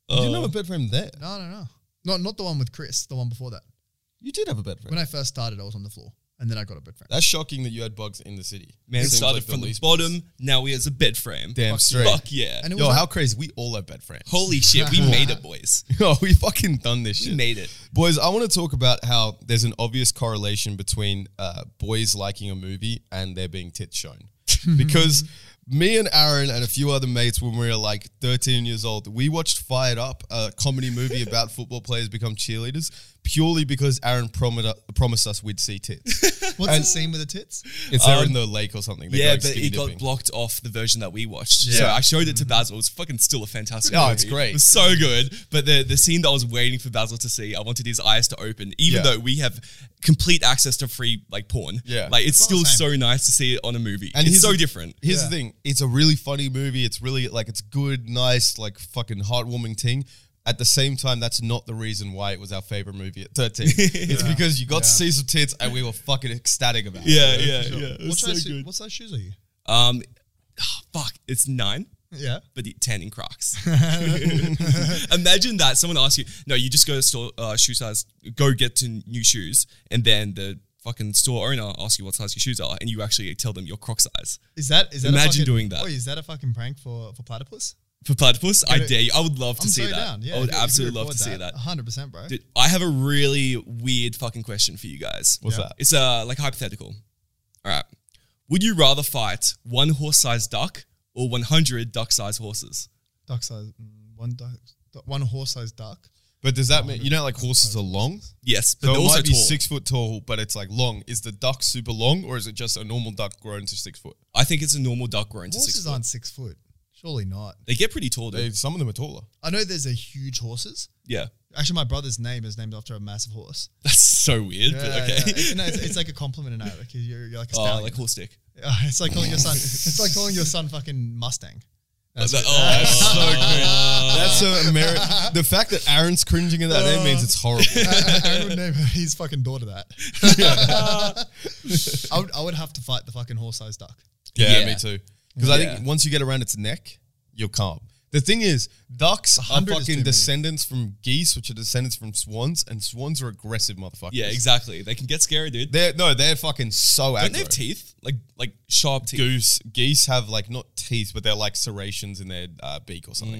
you didn't have a bed frame there. No, no, no, not not the one with Chris. The one before that. You did have a bed frame. When I first started, I was on the floor, and then I got a bed frame. That's shocking that you had bugs in the city. Man, It seems started like from the, least- bottom. Now he has a bed frame. Damn fuck straight. Fuck yeah. And it Yo, was how crazy! We all have bed frames. Holy shit, we made it, boys. Yo, we fucking done this shit. We made it. Boys, I want to talk about how there's an obvious correlation between uh, boys liking a movie and there being tits shown. because me and Aaron and a few other mates, when we were like 13 years old, we watched Fired Up, a comedy movie about football players become cheerleaders, purely because Aaron promi- promised us we'd see tits. What's the scene with the tits? It's there Um, in the lake or something. They're Yeah, going but skinny it got dipping. blocked off the version that we watched. So Yeah. I showed it to Basil. It was fucking still a fantastic. Oh, movie. it's great. It was so good. But the the scene that I was waiting for Basil to see, I wanted his eyes to open, even Yeah. though we have complete access to free like porn. Yeah. like it's, It's not still the same. so nice to see it on a movie. And it's here's so the- different. Here's Yeah. the thing: it's a really funny movie. It's really like it's good, nice, like fucking heartwarming thing. At the same time, that's not the reason why it was our favorite movie at 13. It's because you got to see some tits and we were fucking ecstatic about Yeah, it. yeah, yeah. It was What size, so shoe- good. what size shoes are you? Um, fuck, it's nine. Yeah. but the ten in Crocs. Imagine that someone asks you, "No, you just go to store uh, shoe size, go get to new shoes," and then the fucking store owner asks you what size your shoes are, and you actually tell them your Croc size. Is that is that a Imagine fucking- doing that. Wait, is that a fucking prank for for platypus? For platypus, I Get it- dare you. I would love to I'm see so that. down. Yeah, I if would you- if you absolutely love afford to see that. 100%, bro. Dude, I have a really weird fucking question for you guys. What's Yeah. that? It's uh like hypothetical. All right. Would you rather fight one horse-sized duck or 100 duck-sized horses? Duck size, mm, one duck, du- one horse-sized duck. But does that mean you know like horses are long? Yes, but So it they're also might be tall. six foot tall, but it's like long. Is the duck super long, or is it just a normal duck grown to six foot? I think it's a normal duck growing to Horses six foot. aren't six foot. Surely not. They get pretty tall, They, dude. some of them are taller. I know there's a huge horses. Yeah. Actually, my brother's name is named after a massive horse. That's so weird, Yeah, but okay. yeah. It's, no, it's, it's like a compliment in that. Like you're, you're like a oh, stallion. like horse dick. Uh, it's like calling your son. It's like calling your son fucking Mustang. That's oh, that's so good. That's a merit. The fact that Aaron's cringing at that name means it's horrible. Aaron would name his fucking daughter that. I would. I would have to fight the fucking horse-sized duck. Yeah, Yeah. me too. Because I Yeah. think once you get around its neck, you're calm. The thing is, ducks are 100 is too fucking many. descendants from geese, which are descendants from swans, and swans are aggressive motherfuckers. Yeah, exactly. They can get scary, dude. They're no, they're fucking so Don't they have aggro. teeth? Like like sharp teeth. Goose, geese have like not teeth, but they're like serrations in their uh, beak or something.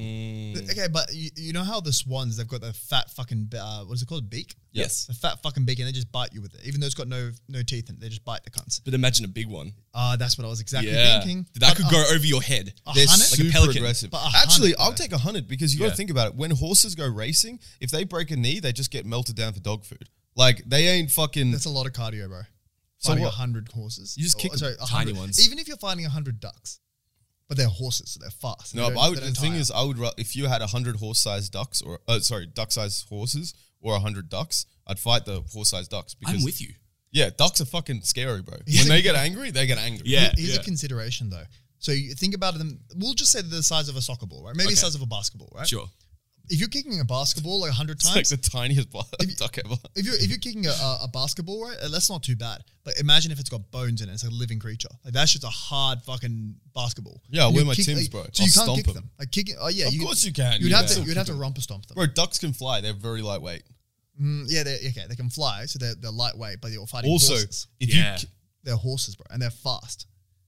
Mm. Okay, but you, you know how the swans they've got the fat fucking be- uh, what is it called beak? Yes. the fat fucking beak, and they just bite you with it, even though it's got no no teeth in it. They just bite the cunts. But imagine a big one. Ah, that's what I was exactly Yeah. thinking. That But uh, could a- go over your head. a They're hundred? super pelican. aggressive. But a hundred, Actually, bro. I'll take a hundred because you got Yeah. to think about it. When horses go racing, if they break a knee, they just get melted down for dog food. Like they ain't fucking. That's a lot of cardio, bro. So Fighting a what? hundred horses. You just Or- kick sorry, tiny 100 ones. Even if you're fighting a hundred ducks, but they're horses, so they're fast. No, but I would, the thing is, I would ra- if you had hundred horse-sized ducks, or uh, sorry, duck-sized horses, or hundred ducks, I'd fight the horse-sized ducks because I'm with you. yeah, ducks are fucking scary, bro. When they get angry, they get angry. Yeah. here's a consideration though. So you think about them. We'll just say they're the size of a soccer ball, right? Maybe the Okay. size of a basketball, right? Sure. If you're kicking a basketball like hundred it's times, like the tiniest bu- duck ever. if you're if you're kicking a, a a basketball, right, uh, that's not too bad. But imagine if it's got bones in it. It's a living creature. Like that's just a hard fucking basketball. Yeah, I And wear you my kick- Timbs, like, bro. So I'll you can't stomp kick 'em. them. Like kicking. Oh yeah, Of course you can, You'd yeah. have to. Still You'd have to rumper stomp them. Bro, ducks can fly. They're very lightweight. Mm, yeah, they're, okay, they can fly, so they're, they're lightweight, but they're fighting Also, horses. if Yeah. you ki- They're horses, bro, and they're fast.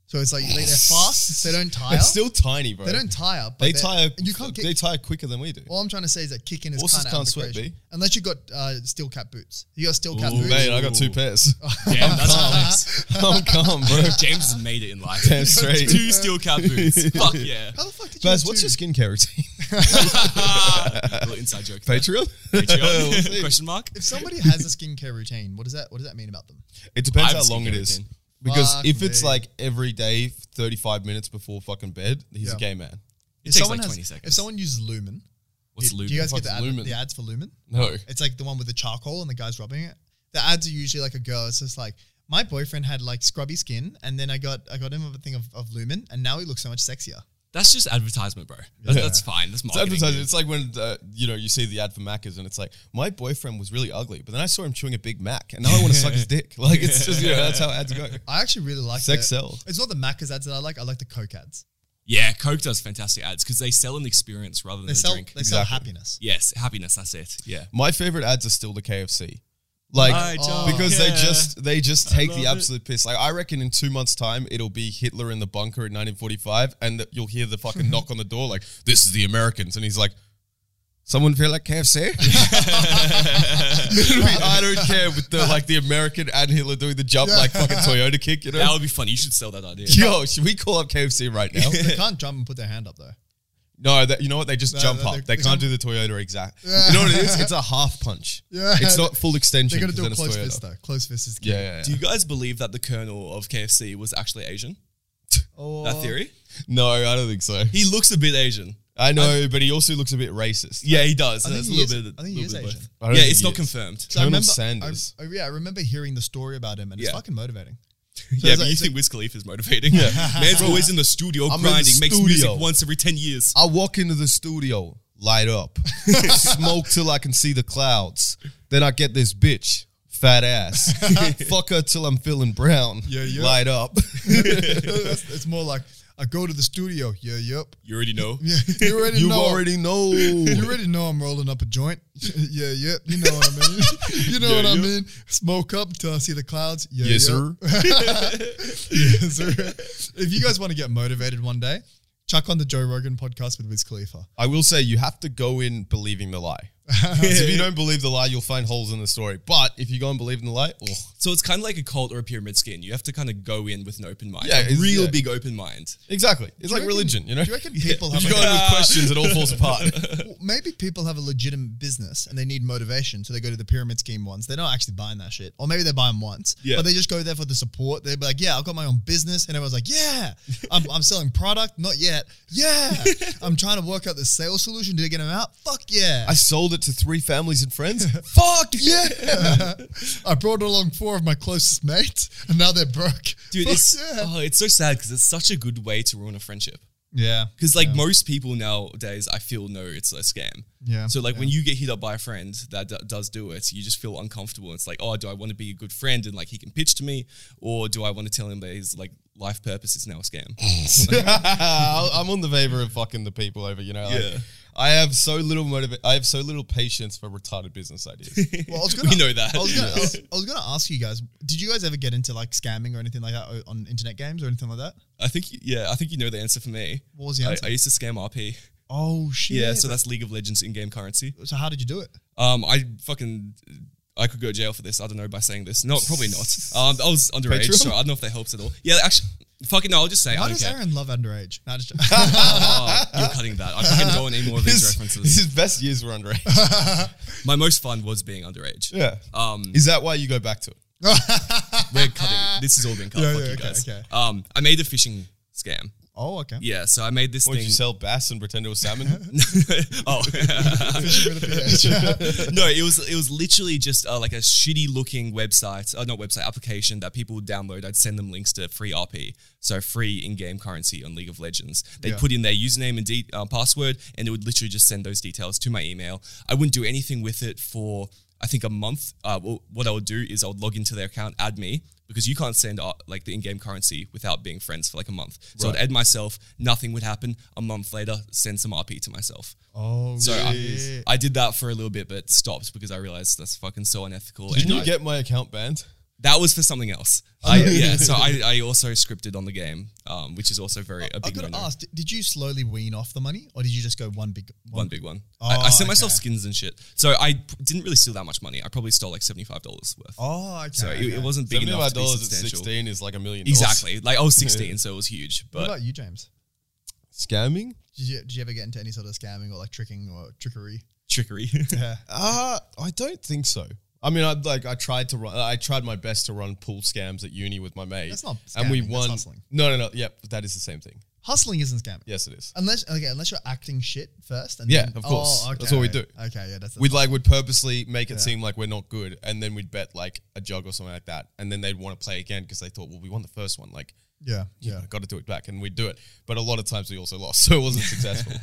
So it's like they- they're fast. They don't tire. they're still tiny, bro. they don't tire. But They they're- tire. You can't kick. They tire quicker than we do. all I'm trying to say is that kicking is Horses kind of out can't of the sweat, equation. B. unless you got uh, steel cap boots. You got steel cap Ooh, boots. Mate, I got two Ooh. pairs. Damn, that's calm. nice. I'm calm, bro. James has made it in life. Damn straight. Two steel cap boots. Fuck yeah. How the fuck did you? Baz, have what's two? your skincare routine? Little inside joke. there. Patreon? Patreon? Question mark? If somebody has a skincare routine, what does that what does that mean about them? It depends I have how long it skincare is. routine. Because Fuck if it's me. like every day, 35 minutes before fucking bed, he's Yeah. a gay man. It takes like has, 20 seconds. If someone uses Lumen, What's do, Lumen? do you guys get What's the, ad, Lumen? the ads for Lumen? No. It's like the one with the charcoal and the guy's rubbing it. The ads are usually like a girl. It's just like my boyfriend had like scrubby skin, and then I got I got him a thing of, of Lumen, and now he looks so much sexier. That's just advertisement, bro. That, Yeah. That's fine. That's It's marketing. advertising. It's like when uh, you know you see the ad for Macca's and it's like my boyfriend was really ugly, but then I saw him chewing a Big Mac, and now I want to suck his dick. Like it's just you know that's how ads go. I actually really like Sex the- sell. It's not the Macca's ads that I like. I like the Coke ads. Yeah, Coke does fantastic ads because they sell an experience rather than They a sell drink. they sell Exactly. happiness. Yes, happiness. That's it. Yeah. My favorite ads are still the KFC, like I don't because they care. just they just take the love it. absolute piss. Like I reckon in two months' time it'll be Hitler in the bunker in 1945, and that you'll hear the fucking knock on the door like this is the Americans, and he's like, someone feel like KFC. It'll be, I don't care with the like the American and Hitler doing the jump like fucking Toyota kick, you know. That would be funny. You should sell that idea. Yo, should we call up KFC right now? They can't jump and put their hand up though. no, that, you know what? They just No, jump they- up. they- They, they can't jump- do the Toyota exact. You know what it is? It's a half punch. Yeah. It's not full extension. They're gonna do a 'cause then close it's Toyota. fist though. Close fist is key. Yeah, yeah, yeah. Do you guys believe that the colonel of KFC was actually Asian? Or- That theory? No, I don't think so. He looks a bit Asian. I know, but he also looks a bit racist. Yeah, he does. I think That's a he little is- bit. I think he little is bit of Asian. both. I don't Yeah, think it's he not is. confirmed. So I Colonel remember, Sanders. I, oh, yeah, I remember hearing the story about him, and it's Yeah. fucking motivating. So yeah, it's but like- you so- think Wiz Khalifa's motivating? Man's always in the studio in the grinding, makes music studio. once every 10 years. I walk into the studio, light up, smoke till I can see the clouds. Then I get this bitch, fat ass, fuck her till I'm feeling brown, Yeah, yeah. light up. it's, it's more like I go to the studio. Yeah, yep. You already know. Yeah, you already You know. already know. you already know I'm rolling up a joint. yeah, yep. You know what I mean. you know Yeah, what I yep. mean. Smoke up till I see the clouds. Yeah, Yes, yep. sir. yes, sir. If you guys want to get motivated one day, chuck on the Joe Rogan podcast with Wiz Khalifa. I will say you have to go in believing the lie. 'Cause if you don't believe the lie, you'll find holes in the story. But if you go and believe in the lie, oh, So it's kind of like a cult or a pyramid scheme. You have to kind of go in with an open mind. Yeah, Yeah, it's- real yeah. big open mind. exactly. It's like reckon- religion, you know? do you reckon people If have you go like in with questions, it all falls apart. Well, maybe people have a legitimate business and they need motivation, so they go to the pyramid scheme ones. They're not actually buying that shit, or maybe they're buying once, Yeah. but they just go there for the support. They'd be like, "Yeah, I've got my own business," and everyone's like, "Yeah, I'm, I'm selling product, not yet. Yeah, I'm trying to work out the sales solution to get them out. Fuck yeah, I sold it to three families and friends. Fuck yeah, I brought along four of my closest mates, and now they're broke. dude! Fuck It's yeah. oh, it's so sad because it's such a good way to ruin a friendship. yeah, Because like most people nowadays, I feel know it's a scam. Yeah. So like when you get hit up by a friend that d- does do it, you just feel uncomfortable. It's like, oh, do I want to be a good friend and like he can pitch to me, or do I want to tell him that his like life purpose is now a scam? I'll- I'm on the favor of fucking the people over, you know? like, Yeah. I have so little motiva- I have so little patience for retarded business ideas. Well, I was gonna, we know that. I was, gonna, I, was, I was gonna ask you guys, did you guys ever get into like scamming or anything like that o- on internet games or anything like that? I think yeah, I think you know the answer for me. What was the I- answer? I, used to scam RP. Oh shit! Yeah, so that's League of Legends in-game currency. so how did you do it? Um, I fucking I could go to jail for this. I don't know by saying this. No, probably not. Um, I was underage, Patreon? so I don't know if that helps at all. Yeah, actually, fucking no. I'll just say Why I don't does care. Aaron love underage? No, just- Oh, you're cutting that. I fucking don't want any more of these his, references. his best years were underage. My most fun was being underage. yeah. Um, Is that why you go back to it? we're cutting. This is all being cut. Yeah, Fuck yeah, you okay, guys. okay. Um, I made a phishing scam. oh, okay. Yeah, so I made this Would thing. you sell bass and pretend it was salmon? oh, no, it was it was literally just uh, like a shitty looking website, uh, not website application that people would download. I'd send them links to free RP, so free in game currency on League of Legends. They Yeah. would put in their username and de- uh, password, and it would literally just send those details to my email. I wouldn't do anything with it for I think a month. Uh, well, what I would do is I would log into their account, add me. Because you can't send uh, like the in-game currency without being friends for like a month. So I'd add myself. Nothing would happen. A month later, send some RP to myself. Oh, So I, shit. I did that for a little bit, but stopped because I realized that's fucking so unethical. Didn't and you I- get my account banned? that was for something else. I, yeah, so I, I also scripted on the game, um, which is also very a Oh, I big gotta no-no. ask, di- did you slowly wean off the money, or did you just go one big One big one. I, I Oh, sent myself okay. skins and shit. So I p- didn't really steal that much money. I probably stole like seventy five dollars worth. Oh, okay. so it, okay. it wasn't big enough Seventy-five to be dollars at substantial. sixteen is like a million. dollars. Exactly. Like I was sixteen, so it was huge. What But about you, James? Scamming? Did you, did you ever get into any sort of scamming or like tricking or trickery? trickery. Yeah. Uh I don't think so. I mean, I like I tried to run. I tried my best to run pool scams at uni with my mate. That's not and we scamming, that's won. hustling. No, no, no. Yep, that is the same thing. Hustling isn't scamming. Yes, it is. Unless okay, unless you're acting shit first, and Yeah, then, of course. Oh, okay. That's what we do. Okay, yeah, that's We'd like would purposely make it seem like we're not good, and then we'd bet like a jug or something like that, and then they'd want to play again because they thought, well, we won the first one, like yeah, yeah. I got to do it back, and we'd do it. But a lot of times we also lost, so it wasn't successful.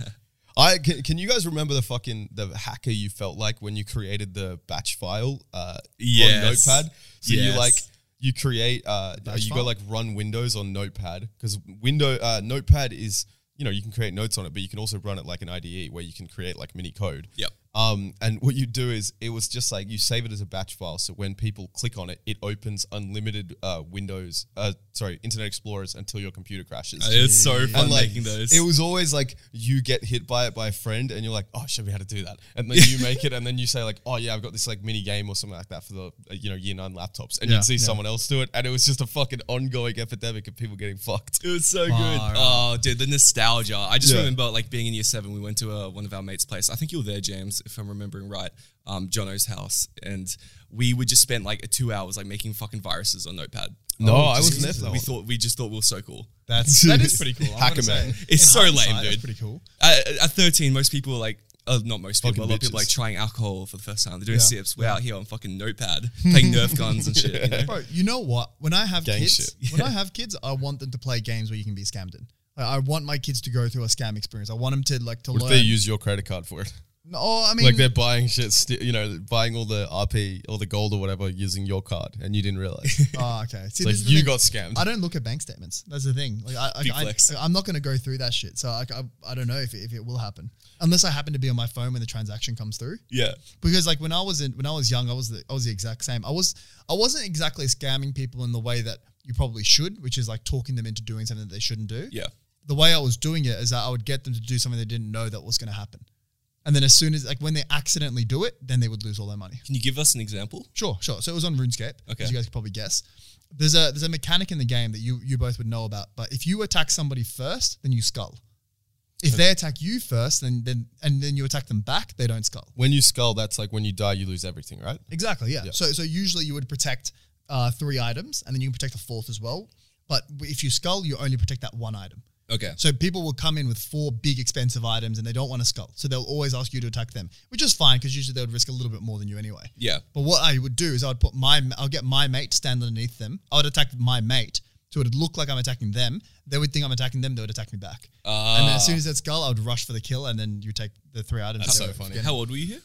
I can, can you guys remember the fucking the hacker you felt like when you created the batch file uh, Yes. on Notepad? So you Yes. like you create uh, batch you go file? like run Windows on Notepad because window uh, Notepad is you know you can create notes on it, but you can also run it like an IDE where you can create like mini code. Yep. Um, and what you do is it was just like you save it as a batch file, so when people click on it, it opens unlimited uh, Windows, uh, sorry, Internet Explorers until your computer crashes. it's so fun and like making those. it was always like you get hit by it by a friend, and you're like, oh, show me how to do that, and then you make it, and then you say like, oh yeah, I've got this like mini game or something like that for the uh, you know year nine laptops, and Yeah, you'd see yeah. someone else do it, and it was just a fucking ongoing epidemic of people getting fucked. It was so good. Far Oh, dude, the nostalgia. I just Yeah. remember like being in year seven. We went to uh, one of our mates' place. I think you were there, James, if I'm remembering right. Um, Jono's house, and we would just spend like two hours like making fucking viruses on Notepad. No, Oh, I just- wasn't there for that We one. thought we just thought we were so cool. That's that is pretty cool. I'm Hacker gonna man. say. It's In so lame, hindsight, that's dude. Pretty cool. At, at 13, most people are like. Uh, not most people. Fucking a lot of people bitches. like trying alcohol for the first time. They're doing Yeah. sips. We're out here on fucking notepad playing Nerf guns and shit. you know? Bro, you know what? When I have Gang kids, when I have kids, I want them to play games where you can be scammed in. Like, I want my kids to go through a scam experience. I want them to like to What if learn. they use your credit card for it? no, I mean, like they're buying shit, sti you know, buying all the RP, all the gold or whatever using your card, and you didn't realize. oh, okay. See, It's like this is the you thing. got scammed. I don't look at bank statements. That's the thing. Like I, Big I, flex. I, am not going to go through that shit. So I, I, I don't know if it, if it will happen unless I happen to be on my phone when the transaction comes through. Yeah. because like when I was in when I was young, I was the I was the exact same. I was I wasn't exactly scamming people in the way that you probably should, which is like talking them into doing something that they shouldn't do. Yeah. the way I was doing it is that I would get them to do something they didn't know that was going to happen. And then as soon as like when they accidentally do it, then they would lose all their money. Can you give us an example? Sure, sure. So it was on RuneScape, Okay. as you guys could probably guess. There's a there's a mechanic in the game that you you both would know about. But if you attack somebody first, then you skull. If they attack you first, then then and then you attack them back, they don't skull. When you skull, that's like when you die, you lose everything, right? Exactly. Yeah. Yeah. So so usually you would protect uh, three items, and then you can protect the fourth as well. But if you skull, you only protect that one item. Okay. So people will come in with four big expensive items, and they don't want to skull, so they'll always ask you to attack them, which is fine because usually they would risk a little bit more than you anyway. Yeah. But what I would do is I would put my, I'll get my mate to stand underneath them. I would attack my mate. So it would look like I'm attacking them. They would think I'm attacking them. They would attack me back. and then as soon as that's skull, I would rush for the kill, and then you take the three items. That's They so would funny. get- How old were you here?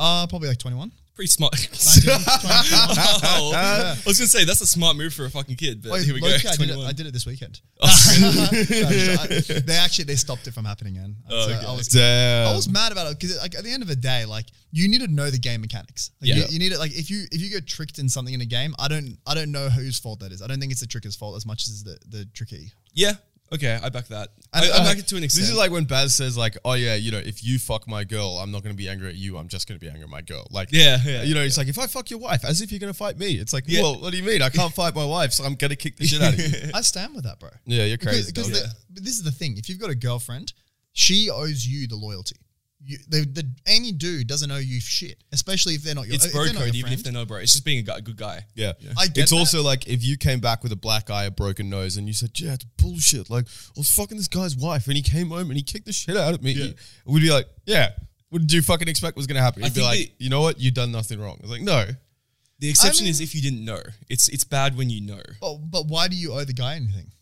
Uh, probably like 21. Pretty smart. 19, 20. Wow. I was gonna say that's a smart move for a fucking kid, but Wait, here we go. Oh, low-key, I, did it, 21. I did it this weekend. No, I- they actually they stopped it from happening, man. Oh, So I was Damn. I was mad about it because like at the end of the day, like you need to know the game mechanics. Like, Yeah. you, you need it. Like if you if you get tricked in something in a game, I don't I don't know whose fault that is. I don't think it's the tricker's fault as much as the the tricky. yeah. Okay, I back that. I, And, I uh, back it to an extent. This is like when Baz says, like, oh yeah, you know, if you fuck my girl, I'm not gonna be angry at you. I'm just gonna be angry at my girl. Like, Yeah, yeah, you know, it's like if I fuck your wife, as if you're gonna fight me. It's like, Yeah. well, what do you mean? I can't fight my wife, so I'm gonna kick the shit out of you. I stand with that, bro. Yeah, you're Because, crazy. because dog. the- but this is the thing: if you've got a girlfriend, she owes you the loyalty. You, the, the, any dude doesn't owe you shit, especially if they're not your. it's if bro they're not your code, even if friend. they're not bro. It's just being a, guy, a good guy. Yeah. I get it's that. also like if you came back with a black eye, a broken nose, and you said, Yeah, it's bullshit. Like, I was fucking this guy's wife and he came home and he kicked the shit out of me. We'd be like, Yeah, what did you fucking expect was gonna happen? I You'd be think like, You know what? you done nothing wrong. It's like, No. The exception is mean- if you didn't know. It's it's bad when you know. But, but why do you owe the guy anything?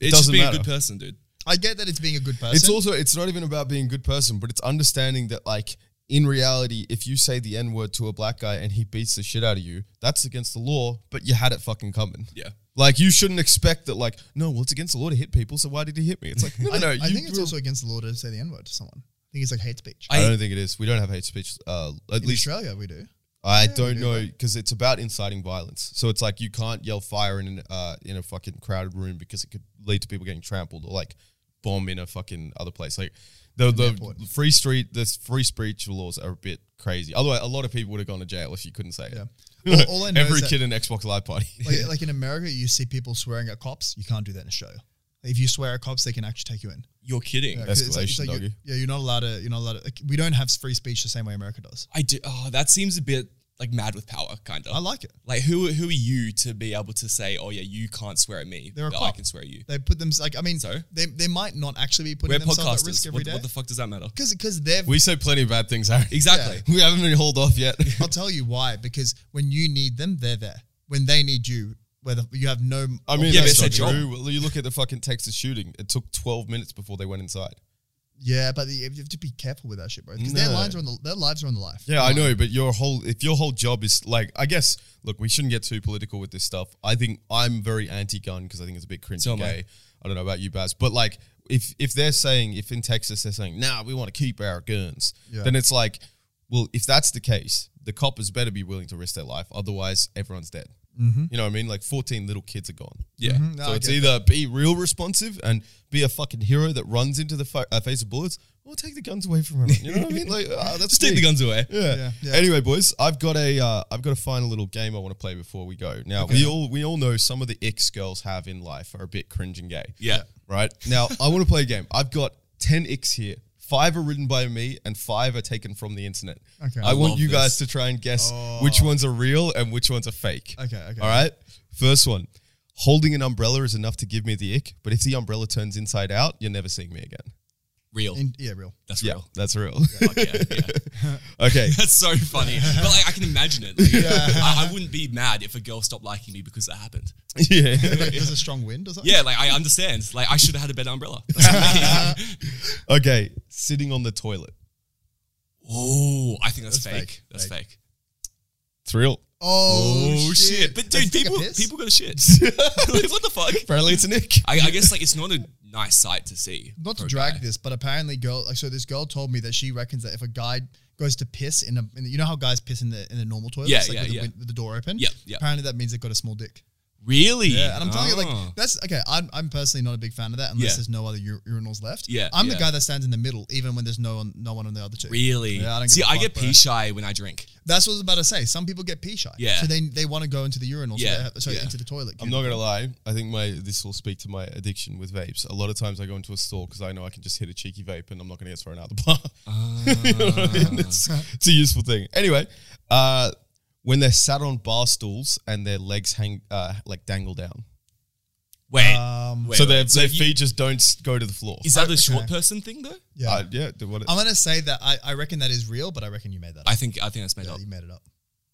It's just doesn't being a matter. good person, dude. I get that it's being a good person. It's also it's not even about being a good person, but it's understanding that like in reality, if you say the N word to a black guy and he beats the shit out of you, that's against the law, but you had it fucking coming. Yeah. Like you shouldn't expect that like, no, well it's against the law to hit people, so why did he hit me? It's like, no, no, I, no. I you think it's were- also against the law to say the n word to someone. I think it's like hate speech. I I- don't think it is. We don't have hate speech. Uh, at In least Australia, we do. I we don't do, know because it's about inciting violence. So it's like you can't yell fire in an, uh, in a fucking crowded room because it could lead to people getting trampled or like bomb in a fucking other place. Like the the airport. free street, the free speech laws are a bit crazy. Otherwise, a lot of people would have gone to jail if you couldn't say Yeah. it. All- all I know Every is that- kid in Xbox Live party. Like, like in America, you see people swearing at cops. You can't do that in Australia. If you swear at cops, they can actually take you in. You're kidding. Yeah, 'cause That's it's like- it's escalation, like you- doggy. yeah, you're not allowed to. You're not allowed to. Like, we don't have free speech the same way America does. I do. Oh, that seems a bit like mad with power, kind of. I like it. Like who who are you to be able to say, oh yeah, you can't swear at me, They're a but I cop. can swear at you. They put them like I mean, So? they they might not actually be putting We're themselves at risk podcasters. every What, day what the fuck does that matter? because because they've. We say plenty of bad things, Harry. Exactly. We haven't been hauled off yet. I'll tell you why. Because when you need them, they're there. When they need you, whether you have no. I mean, Yeah, but that's it's not their true. Well, You look at the fucking Texas shooting. It took 12 minutes before they went inside. Yeah, but you have to be careful with that shit, bro. Because their No. lives are on the their lives are on the life. Yeah, I know, but your whole if your whole job is like, I guess, look, we shouldn't get too political with this stuff. I think I'm very anti-gun because I think it's a bit cringy. So am I. gay. I don't know about you, Baz, but like, if if they're saying, if in Texas they're saying, nah, we want to keep our guns, Yeah. then it's like, well, if that's the case, the coppers better be willing to risk their life, otherwise everyone's dead. Mm-hmm. You know what I mean? Like, 14 little kids are gone. Yeah. Mhm. No, so I it's get either be real responsive and be a fucking hero that runs into the fa- uh, face of bullets, or take the guns away from everyone. You know what I mean? Like, uh, that's Just take the big. guns away. Yeah. Yeah. Yeah. Anyway, boys, I've got a uh, I've got a final little game I want to play before we go. Now we all we all know some of the icks girls have in life are a bit cringe and gay. Yeah. Right. Now I want to play a game. I've got ten icks here. Five are written by me, and five are taken from the internet. Okay. I, I want love you guys this. Oh. to try and guess which ones are real and which ones are fake. Okay, okay. All right. First one. Holding an umbrella is enough to give me the ick, but if the umbrella turns inside out, you're never seeing me again. Real. In, yeah, real. That's Yeah, real. that's real. Fuck yeah, yeah. okay. That's so funny. but like, I can imagine it. Like, I, I wouldn't be mad if a girl stopped liking me because that happened. Yeah. Like, there's a strong wind or something. Yeah, like I understand. Like I should have had a better umbrella. That's what I mean. Okay, sitting on the toilet. oh, I think that's, That's fake. fake. That's fake. It's real. Oh, But Like, dude, take a people piss? people got a shit. like, what the fuck? Apparently, it's an ick. I, I guess like it's not a nice sight to see. not for to a drag guy. this, but apparently, girl, like, so this girl told me that she reckons that if a guy goes to piss in a, in the, you know how guys piss in the in the normal toilets, Yeah, like yeah, with, the, yeah. win- with the door open, Yeah, yeah. Apparently, that means they've got a small dick. Really? Yeah, and I'm telling you, Oh. like that's okay. I'm, I'm personally not a big fan of that unless Yeah. there's no other ur- urinals left. Yeah, I'm yeah. the guy that stands in the middle, even when there's no one, no one on the other two. Really? Yeah, I don't give See, a I fuck, get bro. pee shy when I drink. That's what I was about to say. Some people get pee shy. Yeah. So they they want to go into the urinals. Yeah, Yeah. So they, sorry, yeah. into the toilet. I'm not gonna lie. I think my this will speak to my addiction with vapes. A lot of times I go into a store because I know I can just hit a cheeky vape and I'm not gonna get thrown out the bar. you know what I mean? Ah. It's, it's a useful thing. Anyway, uh, when they're sat on bar stools and their legs hang uh, like dangle down, Wait. Um, wait, so wait. their their you- feet just don't s- go to the floor. Is Um, that the Okay. short person thing though? Yeah. Uh, yeah, the- what it- I'm gonna say that I, I reckon that is real, but I reckon you made that. up. I think I think that's made Yeah, up. you made it up.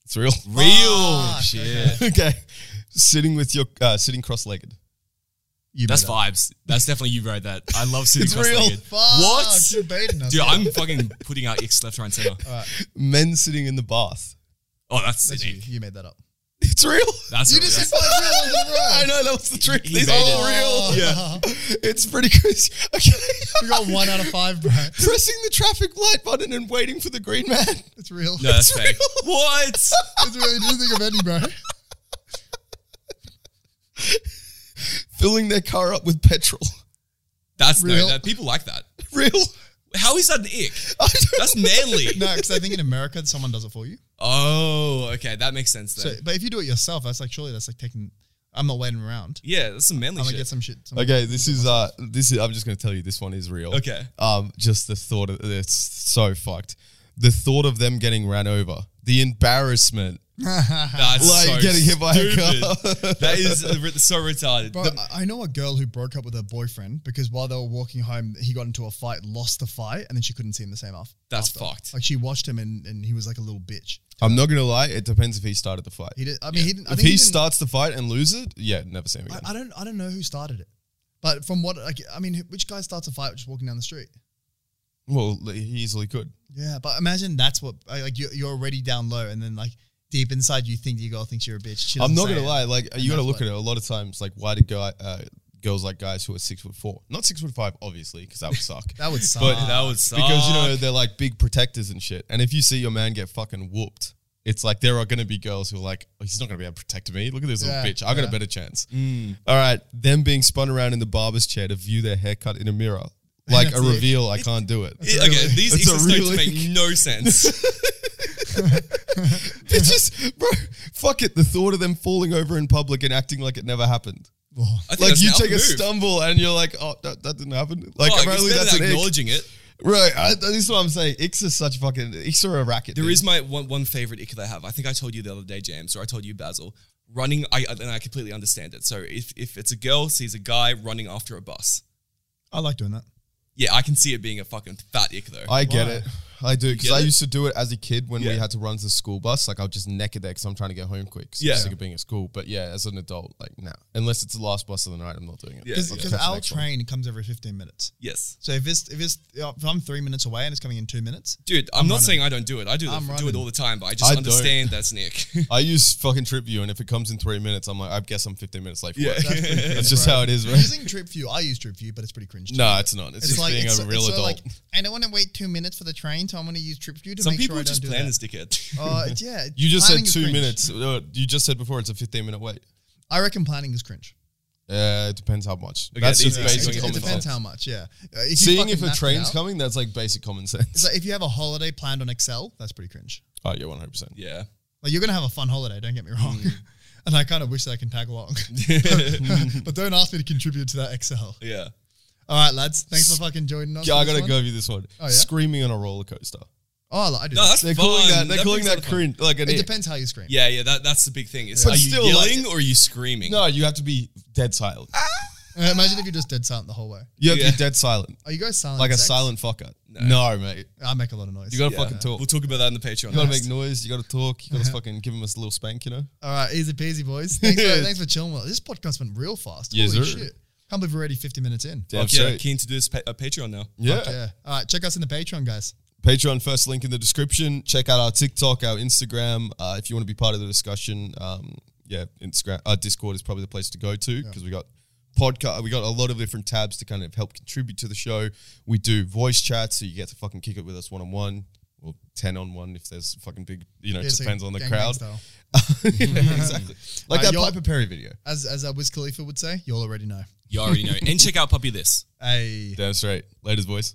it's real. Fuck, shit. okay. Ah, okay, sitting with your uh, sitting cross-legged. You That's made it up. vibes. That's definitely you wrote that. I love sitting It's real. cross-legged. Fuck, What? you're baiting us. Dude, I'm fucking putting out X left, right, and center. Men sitting in the bath. Oh, that's That's you. sitting. You made that up. It's real. That's You real. just said That's- five real in a row. I know that was the trick. He These made are it. all real. Oh. It's pretty crazy. Okay. We got one out of five, bro. Pressing the traffic light button and waiting for the green man. It's real. no, that's fake. What? It's real. You didn't think of any, bro. Filling their car up with petrol. That's no. Real. That, people like that. Real. How is that an ick? I don't- That's manly. No, because I think in America someone does it for you. Oh, okay, that makes sense So, then. but if you do it yourself, that's like surely that's like taking. I'm not waiting around. yeah, that's some manly I'm gonna shit. get some shit. Some Okay, this is uh this is I'm just gonna tell you this one is real. Okay. Um just the thought of it's so fucked. The thought of them getting ran over. The embarrassment. That's Like so getting hit by a stupid. car. that is uh, re- so retarded. Bro, I- I know a girl who broke up with her boyfriend because while they were walking home, he got into a fight, lost the fight, and then she couldn't see him the same af- after. That's fucked. Like she watched him, and, and he was like a little bitch. I'm not gonna lie, it depends if he started the fight. He did. I mean, he didn't. I if think he didn't- starts the fight and loses it, yeah, never see him again. I, I don't. I don't know who started it, but from what like, I mean, which guy starts a fight just walking down the street? well, he easily could. Yeah, but imagine that's what I- like you're, you're already down low, and then like deep inside you think your girl thinks you're a bitch. She I'm doesn't not say gonna it. lie. Like you got to that's look why- at it. A lot of times, like why did guy, uh, girls like guys who are six foot four, not six foot five, obviously, because that would suck. That would suck. But- that would suck. because you know they're like big protectors and shit. And if you see your man get fucking whooped, it's like there are gonna be girls who are like, oh, he's not gonna be able to protect me. Look at this Yeah, little bitch. I got a yeah. better chance. Mm. All right, them being spun around in the barber's chair to view their haircut in a mirror, like a That's it. reveal. I can't do it. It- okay, these That's a X's really- make no sense. It's just, bro, fuck it. The thought of them falling over in public and acting like it never happened. Oh. I think Like that's you an take a alpha move. stumble and you're like, oh, that, that didn't happen. Like Fuck, apparently it's better that's than an ick. acknowledging it. Right, I, that is what I'm saying. Icks are such fucking icks are a racket. There dude. is my one, one favorite ick that I have. I think I told you the other day, James, or I told you Basil. Running, I and I completely understand it. So if if it's a girl sees a guy running after a bus, I like doing that. yeah, I can see it being a fucking fat ick though. I get Why? it. I do because get I it? used to do it as a kid when we Yeah. had to run to the school bus. Like I'll just neck it there because I'm trying to get home quick. 'cause Yeah. I'm sick of being at school. But yeah, as an adult, like now, unless it's the last bus of the night, I'm not doing it. Yeah. I'll Because just catch the our next one. train comes every 15 minutes. yes, So if it's if it's uh, if I'm three minutes away and it's coming in two minutes, dude, I'm, not saying I don't do it. I do, I'm it- do it running. all the time, but I just I don't. understand that's an ick. I use fucking TripView, and if it comes in three minutes, I'm like, I guess I'm 15 minutes late. For Yeah. work. That's pretty that's just how it is, right? using TripView, I use TripView, but it's pretty cringe. No, it's not. It's, just being a real so adult. Like, I don't want to wait two minutes for the train, so I'm going to use TripView to Some make people sure I don't just do plan that. as dickhead. Uh, it's- yeah, it's- you just said planning is two cringe. minutes. Uh, You just said before it's a 15 minute wait. I reckon planning is cringe. Uh, it depends how much. Okay, that's these just are- basic it, it common sense. depends how much. Yeah, Uh, if you Seeing fucking if a map it train's out- coming, that's like basic common sense. So if you have a holiday planned on Excel, that's pretty cringe. Oh yeah, one hundred percent. yeah, Like you're gonna have a fun holiday. Don't get me wrong. Mm. And I kind of wish that I can tag along, but don't ask me to contribute to that Excel. yeah. All right, lads. Thanks for fucking joining us. Yeah, for I this gotta one. go with this one. Oh, yeah? Screaming on a roller coaster. Oh, I li- I do. No, that. that's They're calling fun. that. They're calling brings that other fun. cringe. Like an It ick. depends how you scream. Yeah, yeah. That that's the big thing. Is But are you still, like- yelling or are you screaming? No, you have to be dead silent. Uh, imagine if you just dead silent the whole way. You have Yeah. to be dead silent, Are you guys silent? like a sex? silent fucker. No, mate. I make a lot of noise. You gotta Yeah. fucking talk. We'll talk about that in the Patreon. You gotta next. make noise. You gotta talk. You gotta fucking give him a little spank. You know. All right, easy peasy, boys. Thanks for, thanks for chilling with us. This podcast went real fast. Yes, Holy sir. shit. Can't believe we're already 50 minutes in. Damn Fuck yeah, straight. keen to do this pa- uh, Patreon now. Yeah. Fuck yeah. All right, check us in the Patreon, guys. Patreon first link in the description. Check out our TikTok, our Instagram. Uh, if you want to be part of the discussion, um, yeah, Instagram, uh, Discord is probably the place to go to because we got podcast, we got a lot of different tabs to kind of help contribute to the show. We do voice chat, so you get to fucking kick it with us one on one. or ten on one if there's fucking big. You know, it Yeah, so depends on the gangbang crowd. style. Yeah, exactly. Like Uh, that you're- Piper Perry video. As as uh, Wiz Khalifa would say, you all already know. You already know. and check out Puppy This. Hey, Damn straight. Ladies, boys.